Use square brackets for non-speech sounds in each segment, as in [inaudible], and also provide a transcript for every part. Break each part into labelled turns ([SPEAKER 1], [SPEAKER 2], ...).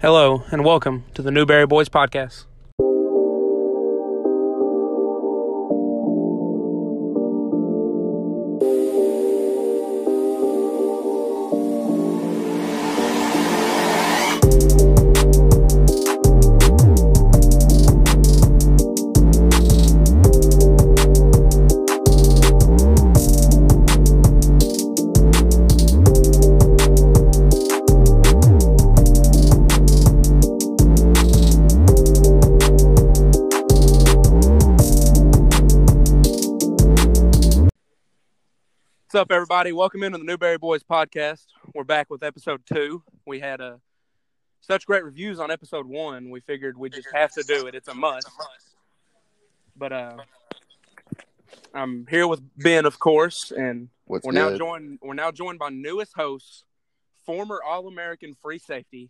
[SPEAKER 1] Hello, and welcome to the Newberry Boys Podcast. What's up, everybody? Welcome into the Newberry Boys Podcast. We're back with episode two. We had uh, such great reviews on episode one. We figured we just have to do it. It's a must. But uh, I'm here with Ben, of course, and
[SPEAKER 2] What's
[SPEAKER 1] we're
[SPEAKER 2] good?
[SPEAKER 1] now joined. We're now joined by newest host, former All-American free safety,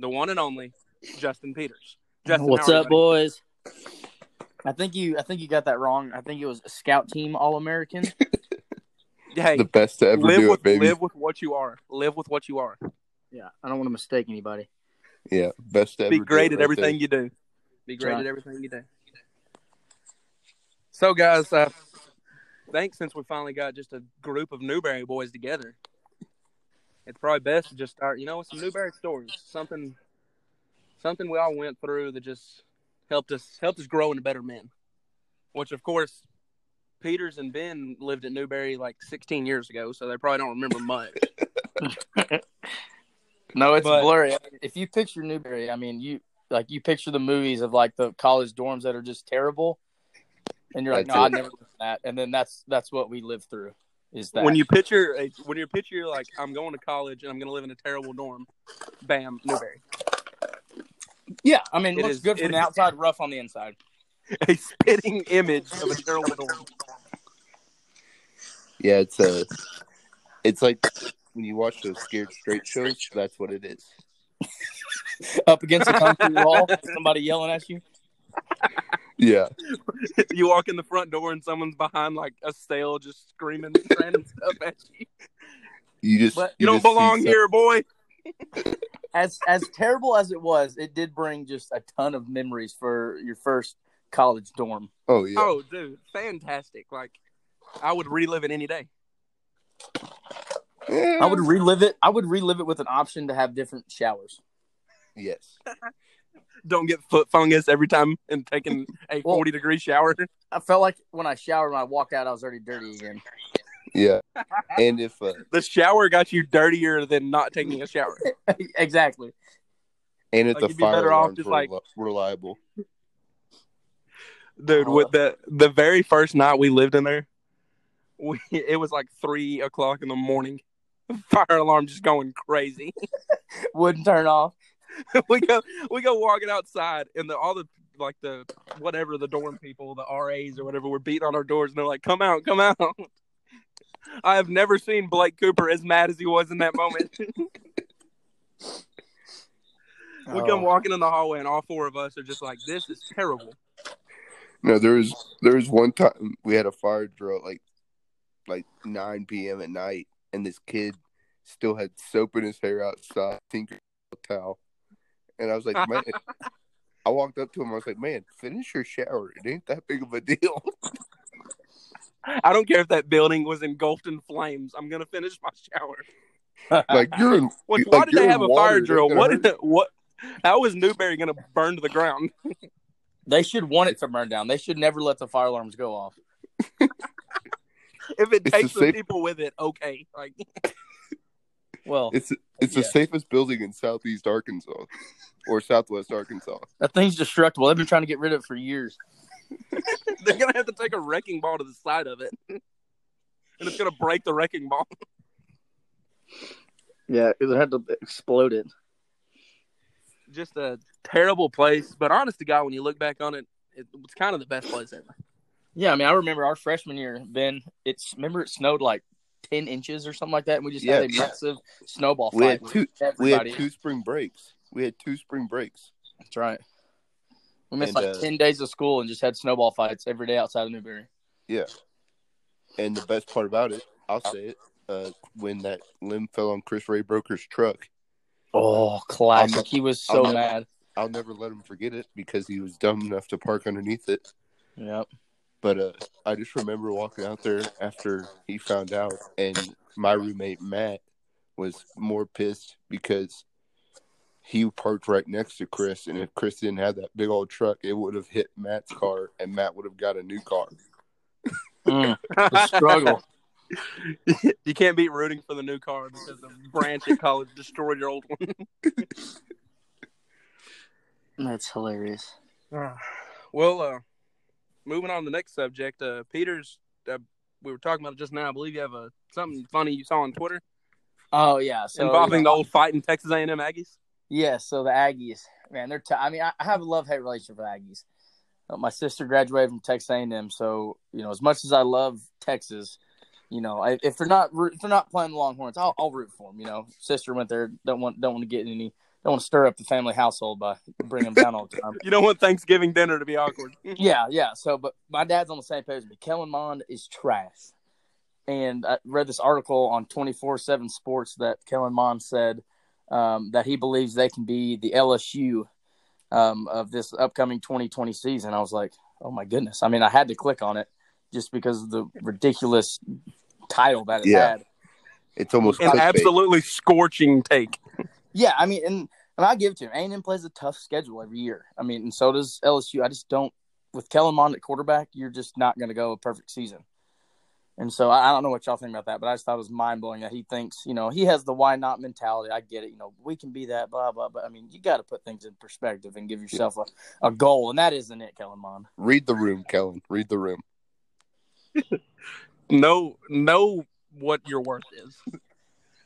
[SPEAKER 1] the one and only Justin Peters. Justin, how
[SPEAKER 3] What's
[SPEAKER 1] are you,
[SPEAKER 3] up,
[SPEAKER 1] buddy?
[SPEAKER 3] boys? I think you I think you got that wrong. I think it was a scout team
[SPEAKER 1] [laughs]
[SPEAKER 3] all American.
[SPEAKER 1] Hey,
[SPEAKER 2] the best to ever
[SPEAKER 1] live
[SPEAKER 2] do
[SPEAKER 1] with
[SPEAKER 2] it, baby.
[SPEAKER 1] live with what you are. Live with what you are.
[SPEAKER 3] yeah, I don't want to mistake anybody.
[SPEAKER 2] Yeah, best to ever.
[SPEAKER 1] be
[SPEAKER 2] do
[SPEAKER 1] great
[SPEAKER 2] it
[SPEAKER 1] at
[SPEAKER 2] right
[SPEAKER 1] everything you do. Be great
[SPEAKER 3] Right.
[SPEAKER 1] at everything you do. So, guys, I think since we finally got just a group of Newberry boys together, it's probably best to just start, you know, with some Newberry stories. Something, something we all went through that just helped us helped us grow into better men. Which, of course, Peters and Ben lived at Newberry like 16 years ago, so they probably don't remember much.
[SPEAKER 3] No, it's
[SPEAKER 1] But-
[SPEAKER 3] blurry. If you picture Newberry, I mean you like you picture the movies of like the college dorms that are just terrible and you're like,
[SPEAKER 2] That's
[SPEAKER 3] No, I
[SPEAKER 2] it.
[SPEAKER 3] never lived that and then that's that's what we lived through is that
[SPEAKER 1] when you picture a, when you picture like I'm going to college and I'm going to live in a terrible dorm, bam, Newberry.
[SPEAKER 3] Yeah, I mean
[SPEAKER 1] It
[SPEAKER 3] it looks
[SPEAKER 1] is-
[SPEAKER 3] good from
[SPEAKER 1] it
[SPEAKER 3] the
[SPEAKER 1] is-
[SPEAKER 3] outside, rough on the inside.
[SPEAKER 1] A spitting image of a terrible dorm.
[SPEAKER 2] Yeah, it's a. It's like when you watch those scared straight shows. That's what it is.
[SPEAKER 3] Up against a
[SPEAKER 1] [laughs]
[SPEAKER 3] concrete wall, somebody yelling at you.
[SPEAKER 2] Yeah,
[SPEAKER 1] you walk in the front door and someone's behind like a sail just screaming random stuff at you.
[SPEAKER 2] you just
[SPEAKER 3] But
[SPEAKER 1] You don't
[SPEAKER 2] just see
[SPEAKER 1] belong
[SPEAKER 2] some-
[SPEAKER 1] here, boy.
[SPEAKER 3] as as terrible as it was, it did bring just a ton of memories for your first college dorm.
[SPEAKER 2] Oh yeah,
[SPEAKER 1] Oh, dude, fantastic! Like I would relive it any day.
[SPEAKER 2] Yeah.
[SPEAKER 3] I would relive it. I would relive it with an option to have different showers.
[SPEAKER 2] Yes,
[SPEAKER 1] Don't get foot fungus every time and taking a
[SPEAKER 3] Well-
[SPEAKER 1] forty degree shower.
[SPEAKER 3] I felt like when I showered, when I walked out, I was already dirty again. [laughs]
[SPEAKER 2] yeah. And if uh,
[SPEAKER 1] The shower got you dirtier than not taking a shower.
[SPEAKER 3] exactly.
[SPEAKER 2] and if
[SPEAKER 1] Like,
[SPEAKER 2] the
[SPEAKER 1] you'd be
[SPEAKER 2] fire
[SPEAKER 1] better off
[SPEAKER 2] alarms
[SPEAKER 1] just,
[SPEAKER 2] were
[SPEAKER 1] like-
[SPEAKER 2] li- reliable.
[SPEAKER 1] dude
[SPEAKER 3] Oh,
[SPEAKER 1] with the the very first night we lived in there we, [laughs] it was like three o'clock in the morning [laughs] fire alarm just going crazy [laughs]
[SPEAKER 3] Wouldn't turn off.
[SPEAKER 1] we go we go walking outside and the all the like the whatever the dorm people the ras or whatever were beating on our doors and they're like come out come out [laughs] i have never seen blake cooper as mad as he was in that moment we
[SPEAKER 3] Oh.
[SPEAKER 1] come walking in the hallway and all four of us are just like this is terrible
[SPEAKER 2] No, there was there was one time we had a fire drill at like like nine p.m. at night, and this kid still had soap in his hair outside, thinking towel, and I was like,
[SPEAKER 3] [laughs]
[SPEAKER 2] man. I walked up to him. I was like, "Man, finish your shower. It ain't that big of a
[SPEAKER 3] [laughs]
[SPEAKER 2] deal." [laughs]
[SPEAKER 1] i don't care if that building was engulfed in flames i'm gonna finish my shower
[SPEAKER 2] like you're in.
[SPEAKER 1] Which,
[SPEAKER 2] Like,
[SPEAKER 1] why did they
[SPEAKER 2] you're
[SPEAKER 1] have a
[SPEAKER 2] in water,
[SPEAKER 1] fire
[SPEAKER 2] that
[SPEAKER 1] drill?
[SPEAKER 2] could've
[SPEAKER 1] What?
[SPEAKER 2] hurt
[SPEAKER 1] Did, [laughs] what? How is Newberry going to burn to the ground?
[SPEAKER 3] [laughs] they should want it to burn down. They should never let the fire alarms go off.
[SPEAKER 1] If it
[SPEAKER 2] [laughs] It's
[SPEAKER 1] takes
[SPEAKER 2] the
[SPEAKER 1] the
[SPEAKER 2] safe-
[SPEAKER 1] people with it, okay. Like, [laughs]
[SPEAKER 3] Well,
[SPEAKER 2] It's it's the
[SPEAKER 3] Yeah.
[SPEAKER 2] safest building in Southeast Arkansas or Southwest Arkansas.
[SPEAKER 3] that thing's destructible. They've been trying to get rid of it for years.
[SPEAKER 1] they're going to have to take a wrecking ball to the side of it, [laughs] and it's going to break the wrecking ball.
[SPEAKER 3] Yeah, they had to explode it.
[SPEAKER 1] Just a terrible place. But honest to God, when you look back on it, it it's kind of the best place ever.
[SPEAKER 3] Yeah, I mean, I remember our freshman year, Ben. It's remember it snowed like ten inches or something like that, and we just had a
[SPEAKER 2] Yeah.
[SPEAKER 3] massive snowball
[SPEAKER 2] We
[SPEAKER 3] fight.
[SPEAKER 2] had two-
[SPEAKER 3] with
[SPEAKER 2] We had
[SPEAKER 3] everybody.
[SPEAKER 2] two spring breaks. We had two spring breaks.
[SPEAKER 3] That's right. We missed
[SPEAKER 2] And,
[SPEAKER 3] like
[SPEAKER 2] uh,
[SPEAKER 3] ten days of school and just had snowball fights every day outside of Newberry.
[SPEAKER 2] And the best part about it, I'll say it, uh, when that limb fell on Chris Ray Broker's truck,
[SPEAKER 3] Oh, classic!
[SPEAKER 2] I'll-
[SPEAKER 3] he was
[SPEAKER 2] I'll
[SPEAKER 3] so
[SPEAKER 2] never-
[SPEAKER 3] mad.
[SPEAKER 2] I'll never let him forget it because he was dumb enough to park underneath it.
[SPEAKER 3] Yep.
[SPEAKER 2] But uh, I just remember walking out there after he found out, and my roommate Matt was more pissed because he parked right next to Chris, and if Chris didn't have that big old truck, it would have hit Matt's car, and Matt would have got a new car.
[SPEAKER 3] Mm, the struggle.
[SPEAKER 1] [laughs] you can't beat rooting for the new car because the branch at college destroyed your old one.
[SPEAKER 4] [laughs] That's hilarious.
[SPEAKER 1] [sighs] well, uh, moving on to the next subject. Uh, Peter's, uh, we were talking about it just now. I believe you have a something funny you saw on Twitter
[SPEAKER 3] Oh yeah. So
[SPEAKER 1] involving the old fight in Texas A&M Aggies.
[SPEAKER 3] Yeah, so the Aggies, man, they're. T- I mean, I, I have a love hate relationship with Aggies. Uh, my sister graduated from Texas A&M, so you know, as much as I love Texas, you know, I, if they're not root- if they're not playing the Longhorns, I'll, I'll root for them. You know, sister went there, don't want don't want to get any, don't want to stir up the family household by bringing them down all the time.
[SPEAKER 1] You don't want Thanksgiving dinner to be
[SPEAKER 3] [laughs]
[SPEAKER 1] awkward.
[SPEAKER 3] Yeah, yeah. So, but my dad's on the same page. But Kellen Mond is trash. And I read this article on 24 7 Sports that Kellen Mond said um, that he believes they can be the LSU um, of this upcoming 2020 season. I was like, oh my goodness. I mean, I had to click on it just because of the ridiculous title that it
[SPEAKER 2] Yeah.
[SPEAKER 3] had.
[SPEAKER 2] It's almost
[SPEAKER 1] An
[SPEAKER 2] clickbait.
[SPEAKER 1] absolutely scorching take.
[SPEAKER 3] Yeah, I mean, and, and I give it to him. A&M plays a tough schedule every year. I mean, and so does LSU. I just don't with Kellen Mond at quarterback, you're just not going to go a perfect season. And so I, I don't know what y'all think about that, but I just thought it was mind blowing that he thinks, you know, he has the why not mentality. I get it, you know, we can be that, blah blah. But I mean, you got to put things in perspective and give yourself a, a goal, and that isn't it, Kellen Mond.
[SPEAKER 2] Read the room, Kellen. Read the room.
[SPEAKER 1] Know know what your worth is,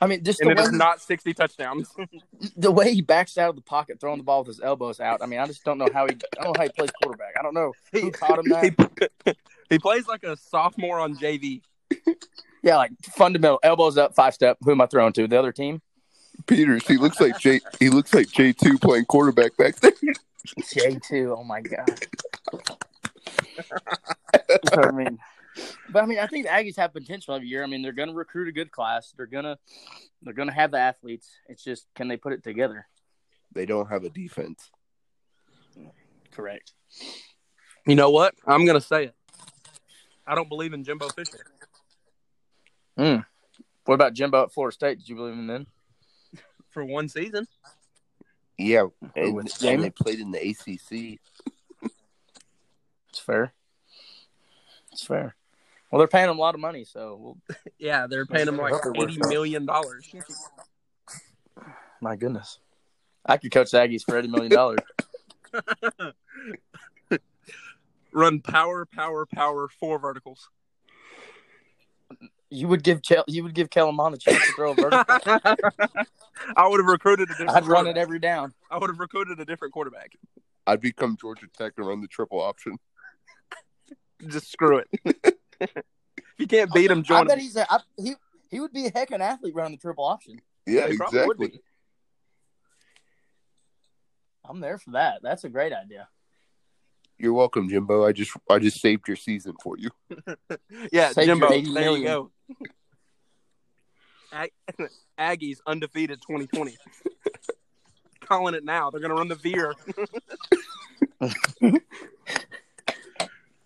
[SPEAKER 3] I mean, just the
[SPEAKER 1] and it
[SPEAKER 3] way,
[SPEAKER 1] is not sixty touchdowns.
[SPEAKER 3] [laughs] the way he backs out of the pocket, throwing the ball with his elbows out. I mean, I just don't know how he. I don't know how he plays quarterback. I don't know
[SPEAKER 1] [laughs]
[SPEAKER 3] who taught him that.
[SPEAKER 1] he, [laughs] he plays like a sophomore on JV.
[SPEAKER 3] Yeah, like fundamental elbows up, five step. Who am I throwing to? The other team?
[SPEAKER 2] Peters, he looks like J. He looks like J two playing quarterback back there. [laughs]
[SPEAKER 3] J two. Oh my god. So, [laughs] I mean, but I mean, I think the Aggies have potential every year. I mean, they're going to recruit a good class. They're gonna, they're gonna have the athletes. It's just can they put it together?
[SPEAKER 2] They don't have a defense.
[SPEAKER 3] Correct.
[SPEAKER 1] You know what? I'm gonna say it. I don't believe in Jimbo Fisher.
[SPEAKER 3] What about Jimbo at Florida State? Did you believe in then?
[SPEAKER 1] for one season.
[SPEAKER 2] Yeah, and,
[SPEAKER 3] with Jamie?
[SPEAKER 2] and they played in the ACC.
[SPEAKER 3] It's fair. It's fair. Well, they're paying them a lot of money, so we'll,
[SPEAKER 1] Yeah, they're paying him like eighty million dollars.
[SPEAKER 3] my goodness, I could coach the Aggies for eighty million dollars.
[SPEAKER 1] Run power, power, power, four [laughs] verticals.
[SPEAKER 3] [laughs] you would give Kel- you would give Kellen Mond a chance to throw a vertical.
[SPEAKER 1] I would have recruited a different.
[SPEAKER 3] I'd run
[SPEAKER 1] quarterback.
[SPEAKER 3] it every down.
[SPEAKER 1] I would have recruited a different quarterback.
[SPEAKER 2] I'd become Georgia Tech and run the triple option.
[SPEAKER 1] Just screw
[SPEAKER 3] [laughs]
[SPEAKER 1] it. if you can't beat him, join
[SPEAKER 3] I bet
[SPEAKER 1] him.
[SPEAKER 3] he's a, I, he he would be a heck of an athlete running the triple option.
[SPEAKER 2] Yeah,
[SPEAKER 1] He probably would
[SPEAKER 2] exactly.
[SPEAKER 3] I'm there for that. That's a great idea.
[SPEAKER 2] You're welcome, Jimbo. I just I just saved your season for you.
[SPEAKER 1] be. Yeah,
[SPEAKER 3] Save your
[SPEAKER 1] Jimbo. There
[SPEAKER 3] 80
[SPEAKER 1] you
[SPEAKER 3] million.
[SPEAKER 1] go. Ag- [laughs] Aggies undefeated
[SPEAKER 3] [laughs]
[SPEAKER 1] 2020. Calling it now. They're going to run the veer.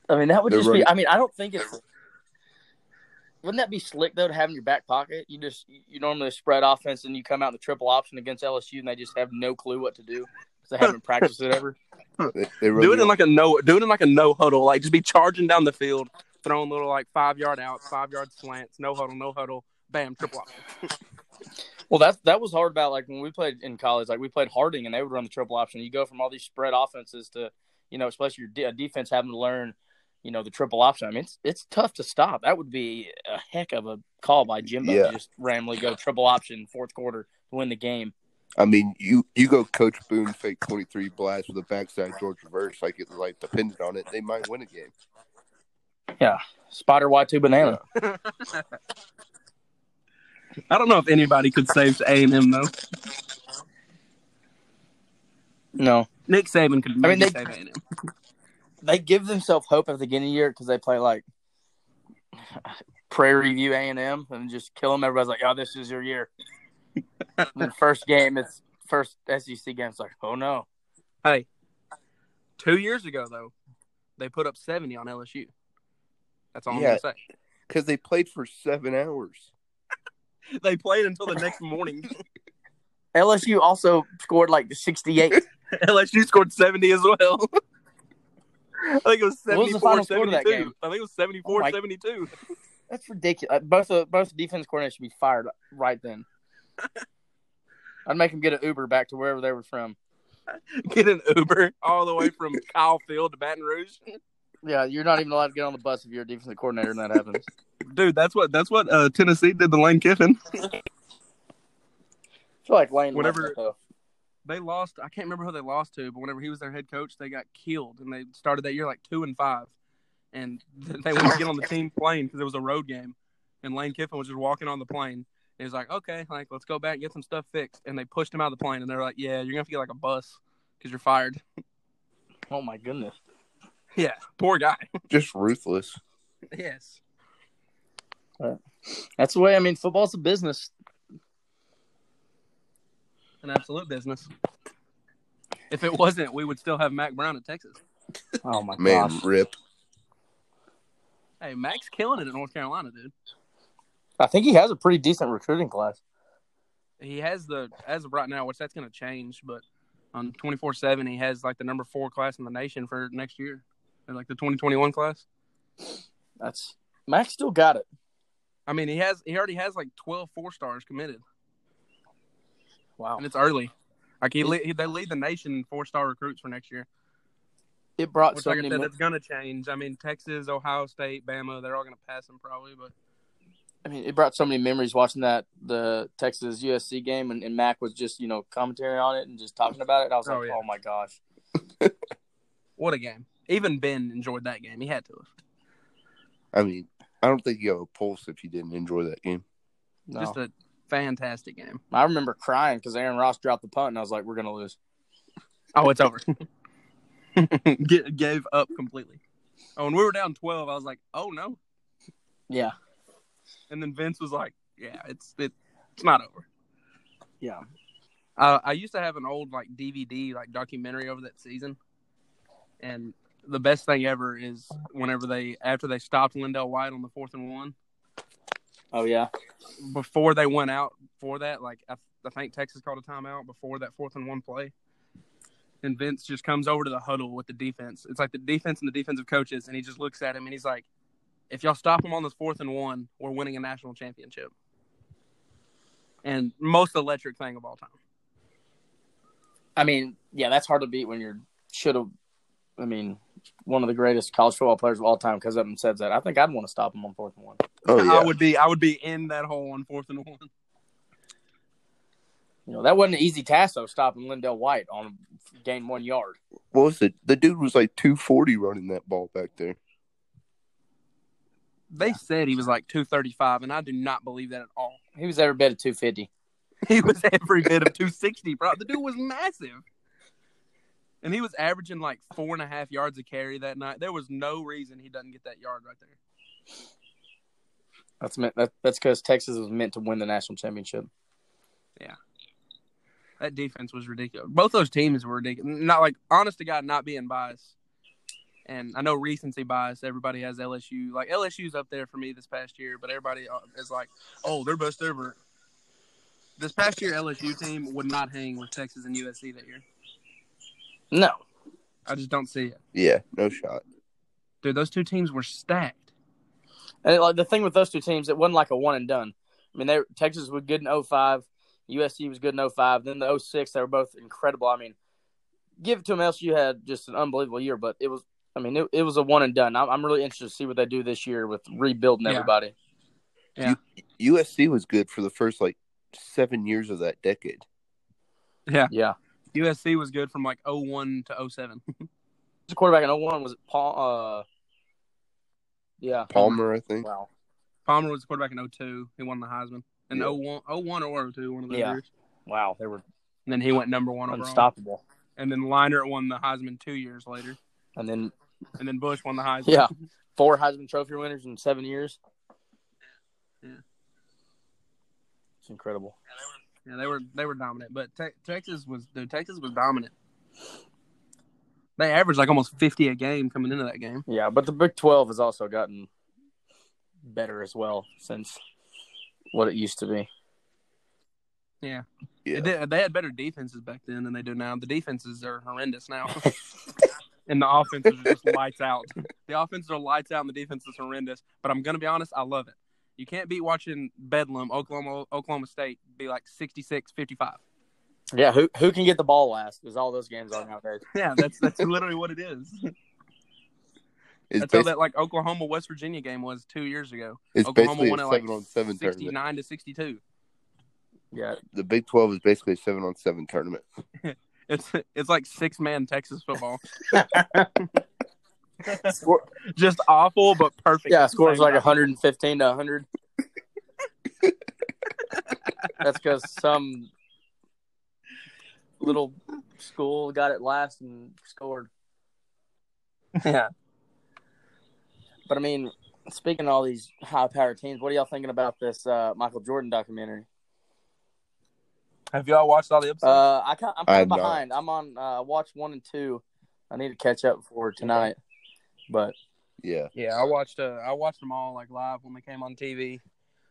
[SPEAKER 3] I mean, that would
[SPEAKER 2] They're
[SPEAKER 3] just
[SPEAKER 2] running-
[SPEAKER 3] be. I mean, I don't think it's. Wouldn't that be slick though to have in your back pocket? You just you normally spread offense and you come out in the triple option against LSU and they just have no clue what to do because
[SPEAKER 2] [laughs]
[SPEAKER 3] they haven't practiced it ever.
[SPEAKER 2] They, they
[SPEAKER 1] do it
[SPEAKER 2] really
[SPEAKER 1] in like a no do it in like a no huddle like just be charging down the field throwing little like five yard outs five yard slants no huddle no huddle bam triple option
[SPEAKER 3] Well, that that was hard about like when we played in college. Like we played Harding, and they would run the triple option. You go from all these spread offenses to, you know, especially your de- defense having to learn, you know, the triple option. I mean, it's it's tough to stop. That would be a heck of a call by Jimbo
[SPEAKER 2] Yeah.
[SPEAKER 3] to just randomly go triple option fourth quarter to win the game.
[SPEAKER 2] I mean, you you go Coach Boone fake twenty three blast with a backside George reverse like it like depended on it. They might win a game.
[SPEAKER 3] Spider Y two banana.
[SPEAKER 1] i don't know if anybody could save a&m though
[SPEAKER 3] No,
[SPEAKER 1] nick saban could
[SPEAKER 3] I mean,
[SPEAKER 1] maybe
[SPEAKER 3] they-
[SPEAKER 1] save a&m
[SPEAKER 3] they give themselves hope at the beginning of the year because they play like Prairie View A and M and just kill them. Everybody's like, "Oh, this is your year." And the first game, it's first SEC game. It's like, oh no,
[SPEAKER 1] Hey, two years ago though, they put up seventy on LSU. That's all
[SPEAKER 2] Yeah.
[SPEAKER 1] I'm gonna
[SPEAKER 2] because they played for
[SPEAKER 1] [laughs]
[SPEAKER 2] seven hours.
[SPEAKER 1] say. [laughs] They played until the next morning. [laughs]
[SPEAKER 3] LSU also scored like the sixty-eight.
[SPEAKER 1] LSU scored seventy as well. [laughs] I think it was
[SPEAKER 3] What was
[SPEAKER 1] 74
[SPEAKER 3] the final score of that
[SPEAKER 1] 72.
[SPEAKER 3] game?
[SPEAKER 1] I think it was 74
[SPEAKER 3] Oh my-
[SPEAKER 1] 72.
[SPEAKER 3] That's ridiculous. Uh, Both of, both defense coordinators should be fired right then. I'd make them get an Uber back to wherever they were from.
[SPEAKER 1] [laughs] Get an Uber all the way from Kyle Field to Baton Rouge.
[SPEAKER 3] Yeah, you're not even allowed to get on the bus if you're a defensive coordinator, and that happens.
[SPEAKER 1] Dude, that's what that's what uh, Tennessee did to Lane Kiffin.
[SPEAKER 3] I feel like Lane. loved
[SPEAKER 1] Whenever-
[SPEAKER 3] it, though.
[SPEAKER 1] They lost. I can't remember who they lost to, but whenever he was their head coach, they got killed, and they started that year like two and five, and th- they wouldn't get on the team plane because it was a road game, and Lane Kiffin was just walking on the plane. And he was like, "Okay, like let's go back and get some stuff fixed," and they pushed him out of the plane, and they were like, "Yeah, you're gonna have to get like a bus because you're fired."
[SPEAKER 3] oh my goodness.
[SPEAKER 1] Yeah, poor guy. [laughs]
[SPEAKER 2] Just ruthless.
[SPEAKER 1] yes.
[SPEAKER 3] That's the way. I mean, football's a business.
[SPEAKER 1] An absolute business. If it wasn't, we would still have Mac Brown in Texas.
[SPEAKER 3] Oh my
[SPEAKER 2] Man,
[SPEAKER 3] gosh.
[SPEAKER 2] rip.
[SPEAKER 1] Hey, Mac's killing it in North Carolina, dude.
[SPEAKER 3] I think he has a pretty decent recruiting class.
[SPEAKER 1] he has the as of right now, which that's going to change, but on twenty four seven, he has like the number four class in the nation for next year, Or, like the twenty twenty one class.
[SPEAKER 3] That's Max still got it.
[SPEAKER 1] I mean, he has he already has like 12 four stars committed,
[SPEAKER 3] Wow.
[SPEAKER 1] and it's early. Like he, le- he they lead the nation in four star recruits for next year.
[SPEAKER 3] It brought
[SPEAKER 1] Which,
[SPEAKER 3] so
[SPEAKER 1] like I
[SPEAKER 3] many.
[SPEAKER 1] said,
[SPEAKER 3] mo-
[SPEAKER 1] that's going to change. I mean, Texas, Ohio State, Bama, they're all going to pass him probably, but
[SPEAKER 3] I mean, it brought so many memories watching that the Texas USC game, and, and Mac was just you know commentary on it and just talking about it. And I was
[SPEAKER 1] Oh,
[SPEAKER 3] like,
[SPEAKER 1] yeah.
[SPEAKER 3] oh my gosh.
[SPEAKER 1] what a game! Even Ben enjoyed that game. He had to have.
[SPEAKER 2] I mean, I don't think you have a pulse if you didn't enjoy that
[SPEAKER 1] [laughs]
[SPEAKER 2] game.
[SPEAKER 3] No.
[SPEAKER 1] Just a fantastic game.
[SPEAKER 3] I remember crying because Aaron Ross dropped the punt, and I was like, we're gonna lose.
[SPEAKER 1] Oh, it's [laughs] over. G- gave up completely. Oh, when we were down twelve, I was like, "Oh no!"
[SPEAKER 3] Yeah.
[SPEAKER 1] And then Vince was like, "Yeah, it's it, it's not over."
[SPEAKER 3] Yeah.
[SPEAKER 1] Uh, I used to have an old like DVD like documentary over that season, and the best thing ever is whenever they after they stopped Lindell White on the fourth and one
[SPEAKER 3] Oh yeah.
[SPEAKER 1] before they went out for that, like I, I think Texas called a timeout before that fourth and one play. And Vince just comes over to the huddle with the defense. It's like the defense and the defensive coaches, and he just looks at him and he's like, "If y'all stop him on this fourth and one, we're winning a national championship." And most electric thing of all time.
[SPEAKER 3] I mean, yeah, that's hard to beat when you're should have. I mean, one of the greatest college football players of all time comes up and says that. I think I'd want to stop him on fourth and one.
[SPEAKER 2] Oh
[SPEAKER 1] I
[SPEAKER 2] yeah,
[SPEAKER 1] would be I would be in that hole on fourth and one.
[SPEAKER 3] You know, that wasn't an easy task though, stopping Lindell White on gain one yard.
[SPEAKER 2] what was it? The dude was like two forty running that ball back there.
[SPEAKER 1] They said he was like two thirty five, and I do not believe that at all.
[SPEAKER 3] He was every bit of two fifty.
[SPEAKER 1] [laughs] He was every bit of 260, bro. The dude was massive. And he was averaging like four and a half yards a carry that night. There was no reason he doesn't get that yard right there.
[SPEAKER 3] That's meant that, that's because Texas was meant to win the national championship.
[SPEAKER 1] That defense was ridiculous. Both those teams were ridiculous. Not like, honest to God, not being biased. And I know recency bias. Everybody has LSU. Like, LSU's up there for me this past year, but everybody uh, is like, oh, they're best ever. This past year, LSU team would not hang with Texas and USC that year.
[SPEAKER 3] No,
[SPEAKER 1] I just don't see it.
[SPEAKER 2] Yeah, no shot.
[SPEAKER 1] Dude, those two teams were stacked.
[SPEAKER 3] and like the thing with those two teams, it wasn't like a one and done. I mean, they Texas was good in 05. USC was good in 05. Then the 06, they were both incredible. I mean, give it to them. LSU had just an unbelievable year, but it was. I mean, it, it was a one and done. I'm, I'm really interested to see what they do this year with rebuilding
[SPEAKER 1] Yeah.
[SPEAKER 3] everybody.
[SPEAKER 2] USC was good for the first like seven years of that decade.
[SPEAKER 1] Uh-huh.
[SPEAKER 3] Yeah,
[SPEAKER 1] USC was good from like 01 to 07.
[SPEAKER 3] the quarterback in 01 was Paul. Uh, yeah,
[SPEAKER 2] Palmer, I think.
[SPEAKER 3] wow.
[SPEAKER 1] [laughs] Palmer was the quarterback in 02. He won the Heisman. In
[SPEAKER 2] Yeah.
[SPEAKER 1] 01, 01 or 02, one of those
[SPEAKER 3] Yeah.
[SPEAKER 1] years.
[SPEAKER 3] Wow, they were
[SPEAKER 1] And then he went number one overall.
[SPEAKER 3] unstoppable.
[SPEAKER 1] And then Leinart won the Heisman two years later.
[SPEAKER 3] And then
[SPEAKER 1] And then Bush won the Heisman.
[SPEAKER 3] Yeah. Four Heisman Trophy winners in seven years.
[SPEAKER 1] Yeah.
[SPEAKER 3] It's incredible.
[SPEAKER 1] Yeah, they were they were dominant, but te- Texas was dude, Texas was dominant. They averaged like almost fifty a game coming into that game.
[SPEAKER 3] Yeah, but the Big Twelve has also gotten better as well since what it used to be.
[SPEAKER 1] It
[SPEAKER 2] Yeah.
[SPEAKER 1] did- they had better defenses back then than they do now. The defenses are horrendous
[SPEAKER 2] [laughs]
[SPEAKER 1] now, and the offenses are just lights out. The offenses are lights out, and the defense is horrendous. But I'm gonna be honest, I love it. You can't be watching Bedlam, Oklahoma, Oklahoma State be like 66-55.
[SPEAKER 3] Yeah, who who can get the ball last is all those games are nowadays.
[SPEAKER 1] [laughs] Yeah, that's that's literally what it is.
[SPEAKER 2] It's,
[SPEAKER 1] That's how
[SPEAKER 2] basi-
[SPEAKER 1] that like Oklahoma West Virginia game was two years ago.
[SPEAKER 2] it's
[SPEAKER 1] Oklahoma
[SPEAKER 2] basically a
[SPEAKER 1] won it like
[SPEAKER 2] seven on seven
[SPEAKER 1] sixty
[SPEAKER 2] tournament.
[SPEAKER 1] nine to sixty two.
[SPEAKER 3] Yeah,
[SPEAKER 2] The Big Twelve is basically a seven on seven tournament.
[SPEAKER 1] It's it's like six man Texas [laughs] football,
[SPEAKER 3] Score,
[SPEAKER 1] just awful but perfect.
[SPEAKER 3] yeah,
[SPEAKER 1] at the
[SPEAKER 3] scores
[SPEAKER 1] same
[SPEAKER 3] like
[SPEAKER 1] time.
[SPEAKER 3] 115 to 100. [laughs] That's because some little school got it last and scored.
[SPEAKER 1] Yeah,
[SPEAKER 3] But I mean, speaking of all these high power teams, what are y'all thinking about this uh, Michael Jordan documentary?
[SPEAKER 1] have y'all watched all the episodes?
[SPEAKER 3] Uh, I can I'm
[SPEAKER 2] I
[SPEAKER 3] kind
[SPEAKER 2] have
[SPEAKER 3] of
[SPEAKER 2] not.
[SPEAKER 3] behind. I'm on. Uh, I watched one and two. I need to catch up for tonight. But
[SPEAKER 2] Yeah,
[SPEAKER 1] yeah, I watched uh, I watched them all like live when they came on TV.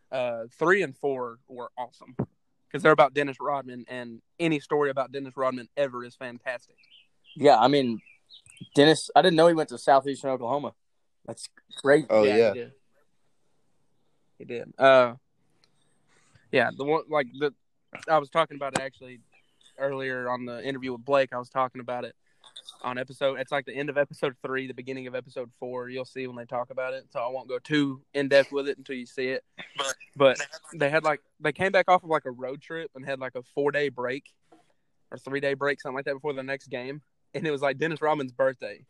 [SPEAKER 1] Uh, three and four were awesome because they're about Dennis Rodman, and any story about Dennis Rodman ever is fantastic.
[SPEAKER 3] yeah, I mean, Dennis. I didn't know he went to Southeastern Oklahoma. That's crazy.
[SPEAKER 2] Oh, yeah.
[SPEAKER 1] he did. He did. Uh, yeah, the one like the I was talking about it actually earlier on the interview with Blake. I was talking about it on episode. It's like the end of episode three, the beginning of episode four. You'll see when they talk about it. So I won't go too in depth with it until you see it. But they had like they came back off of like a road trip and had like a four day break or three day break, something like that, before the next game. And it was like Dennis Rodman's birthday.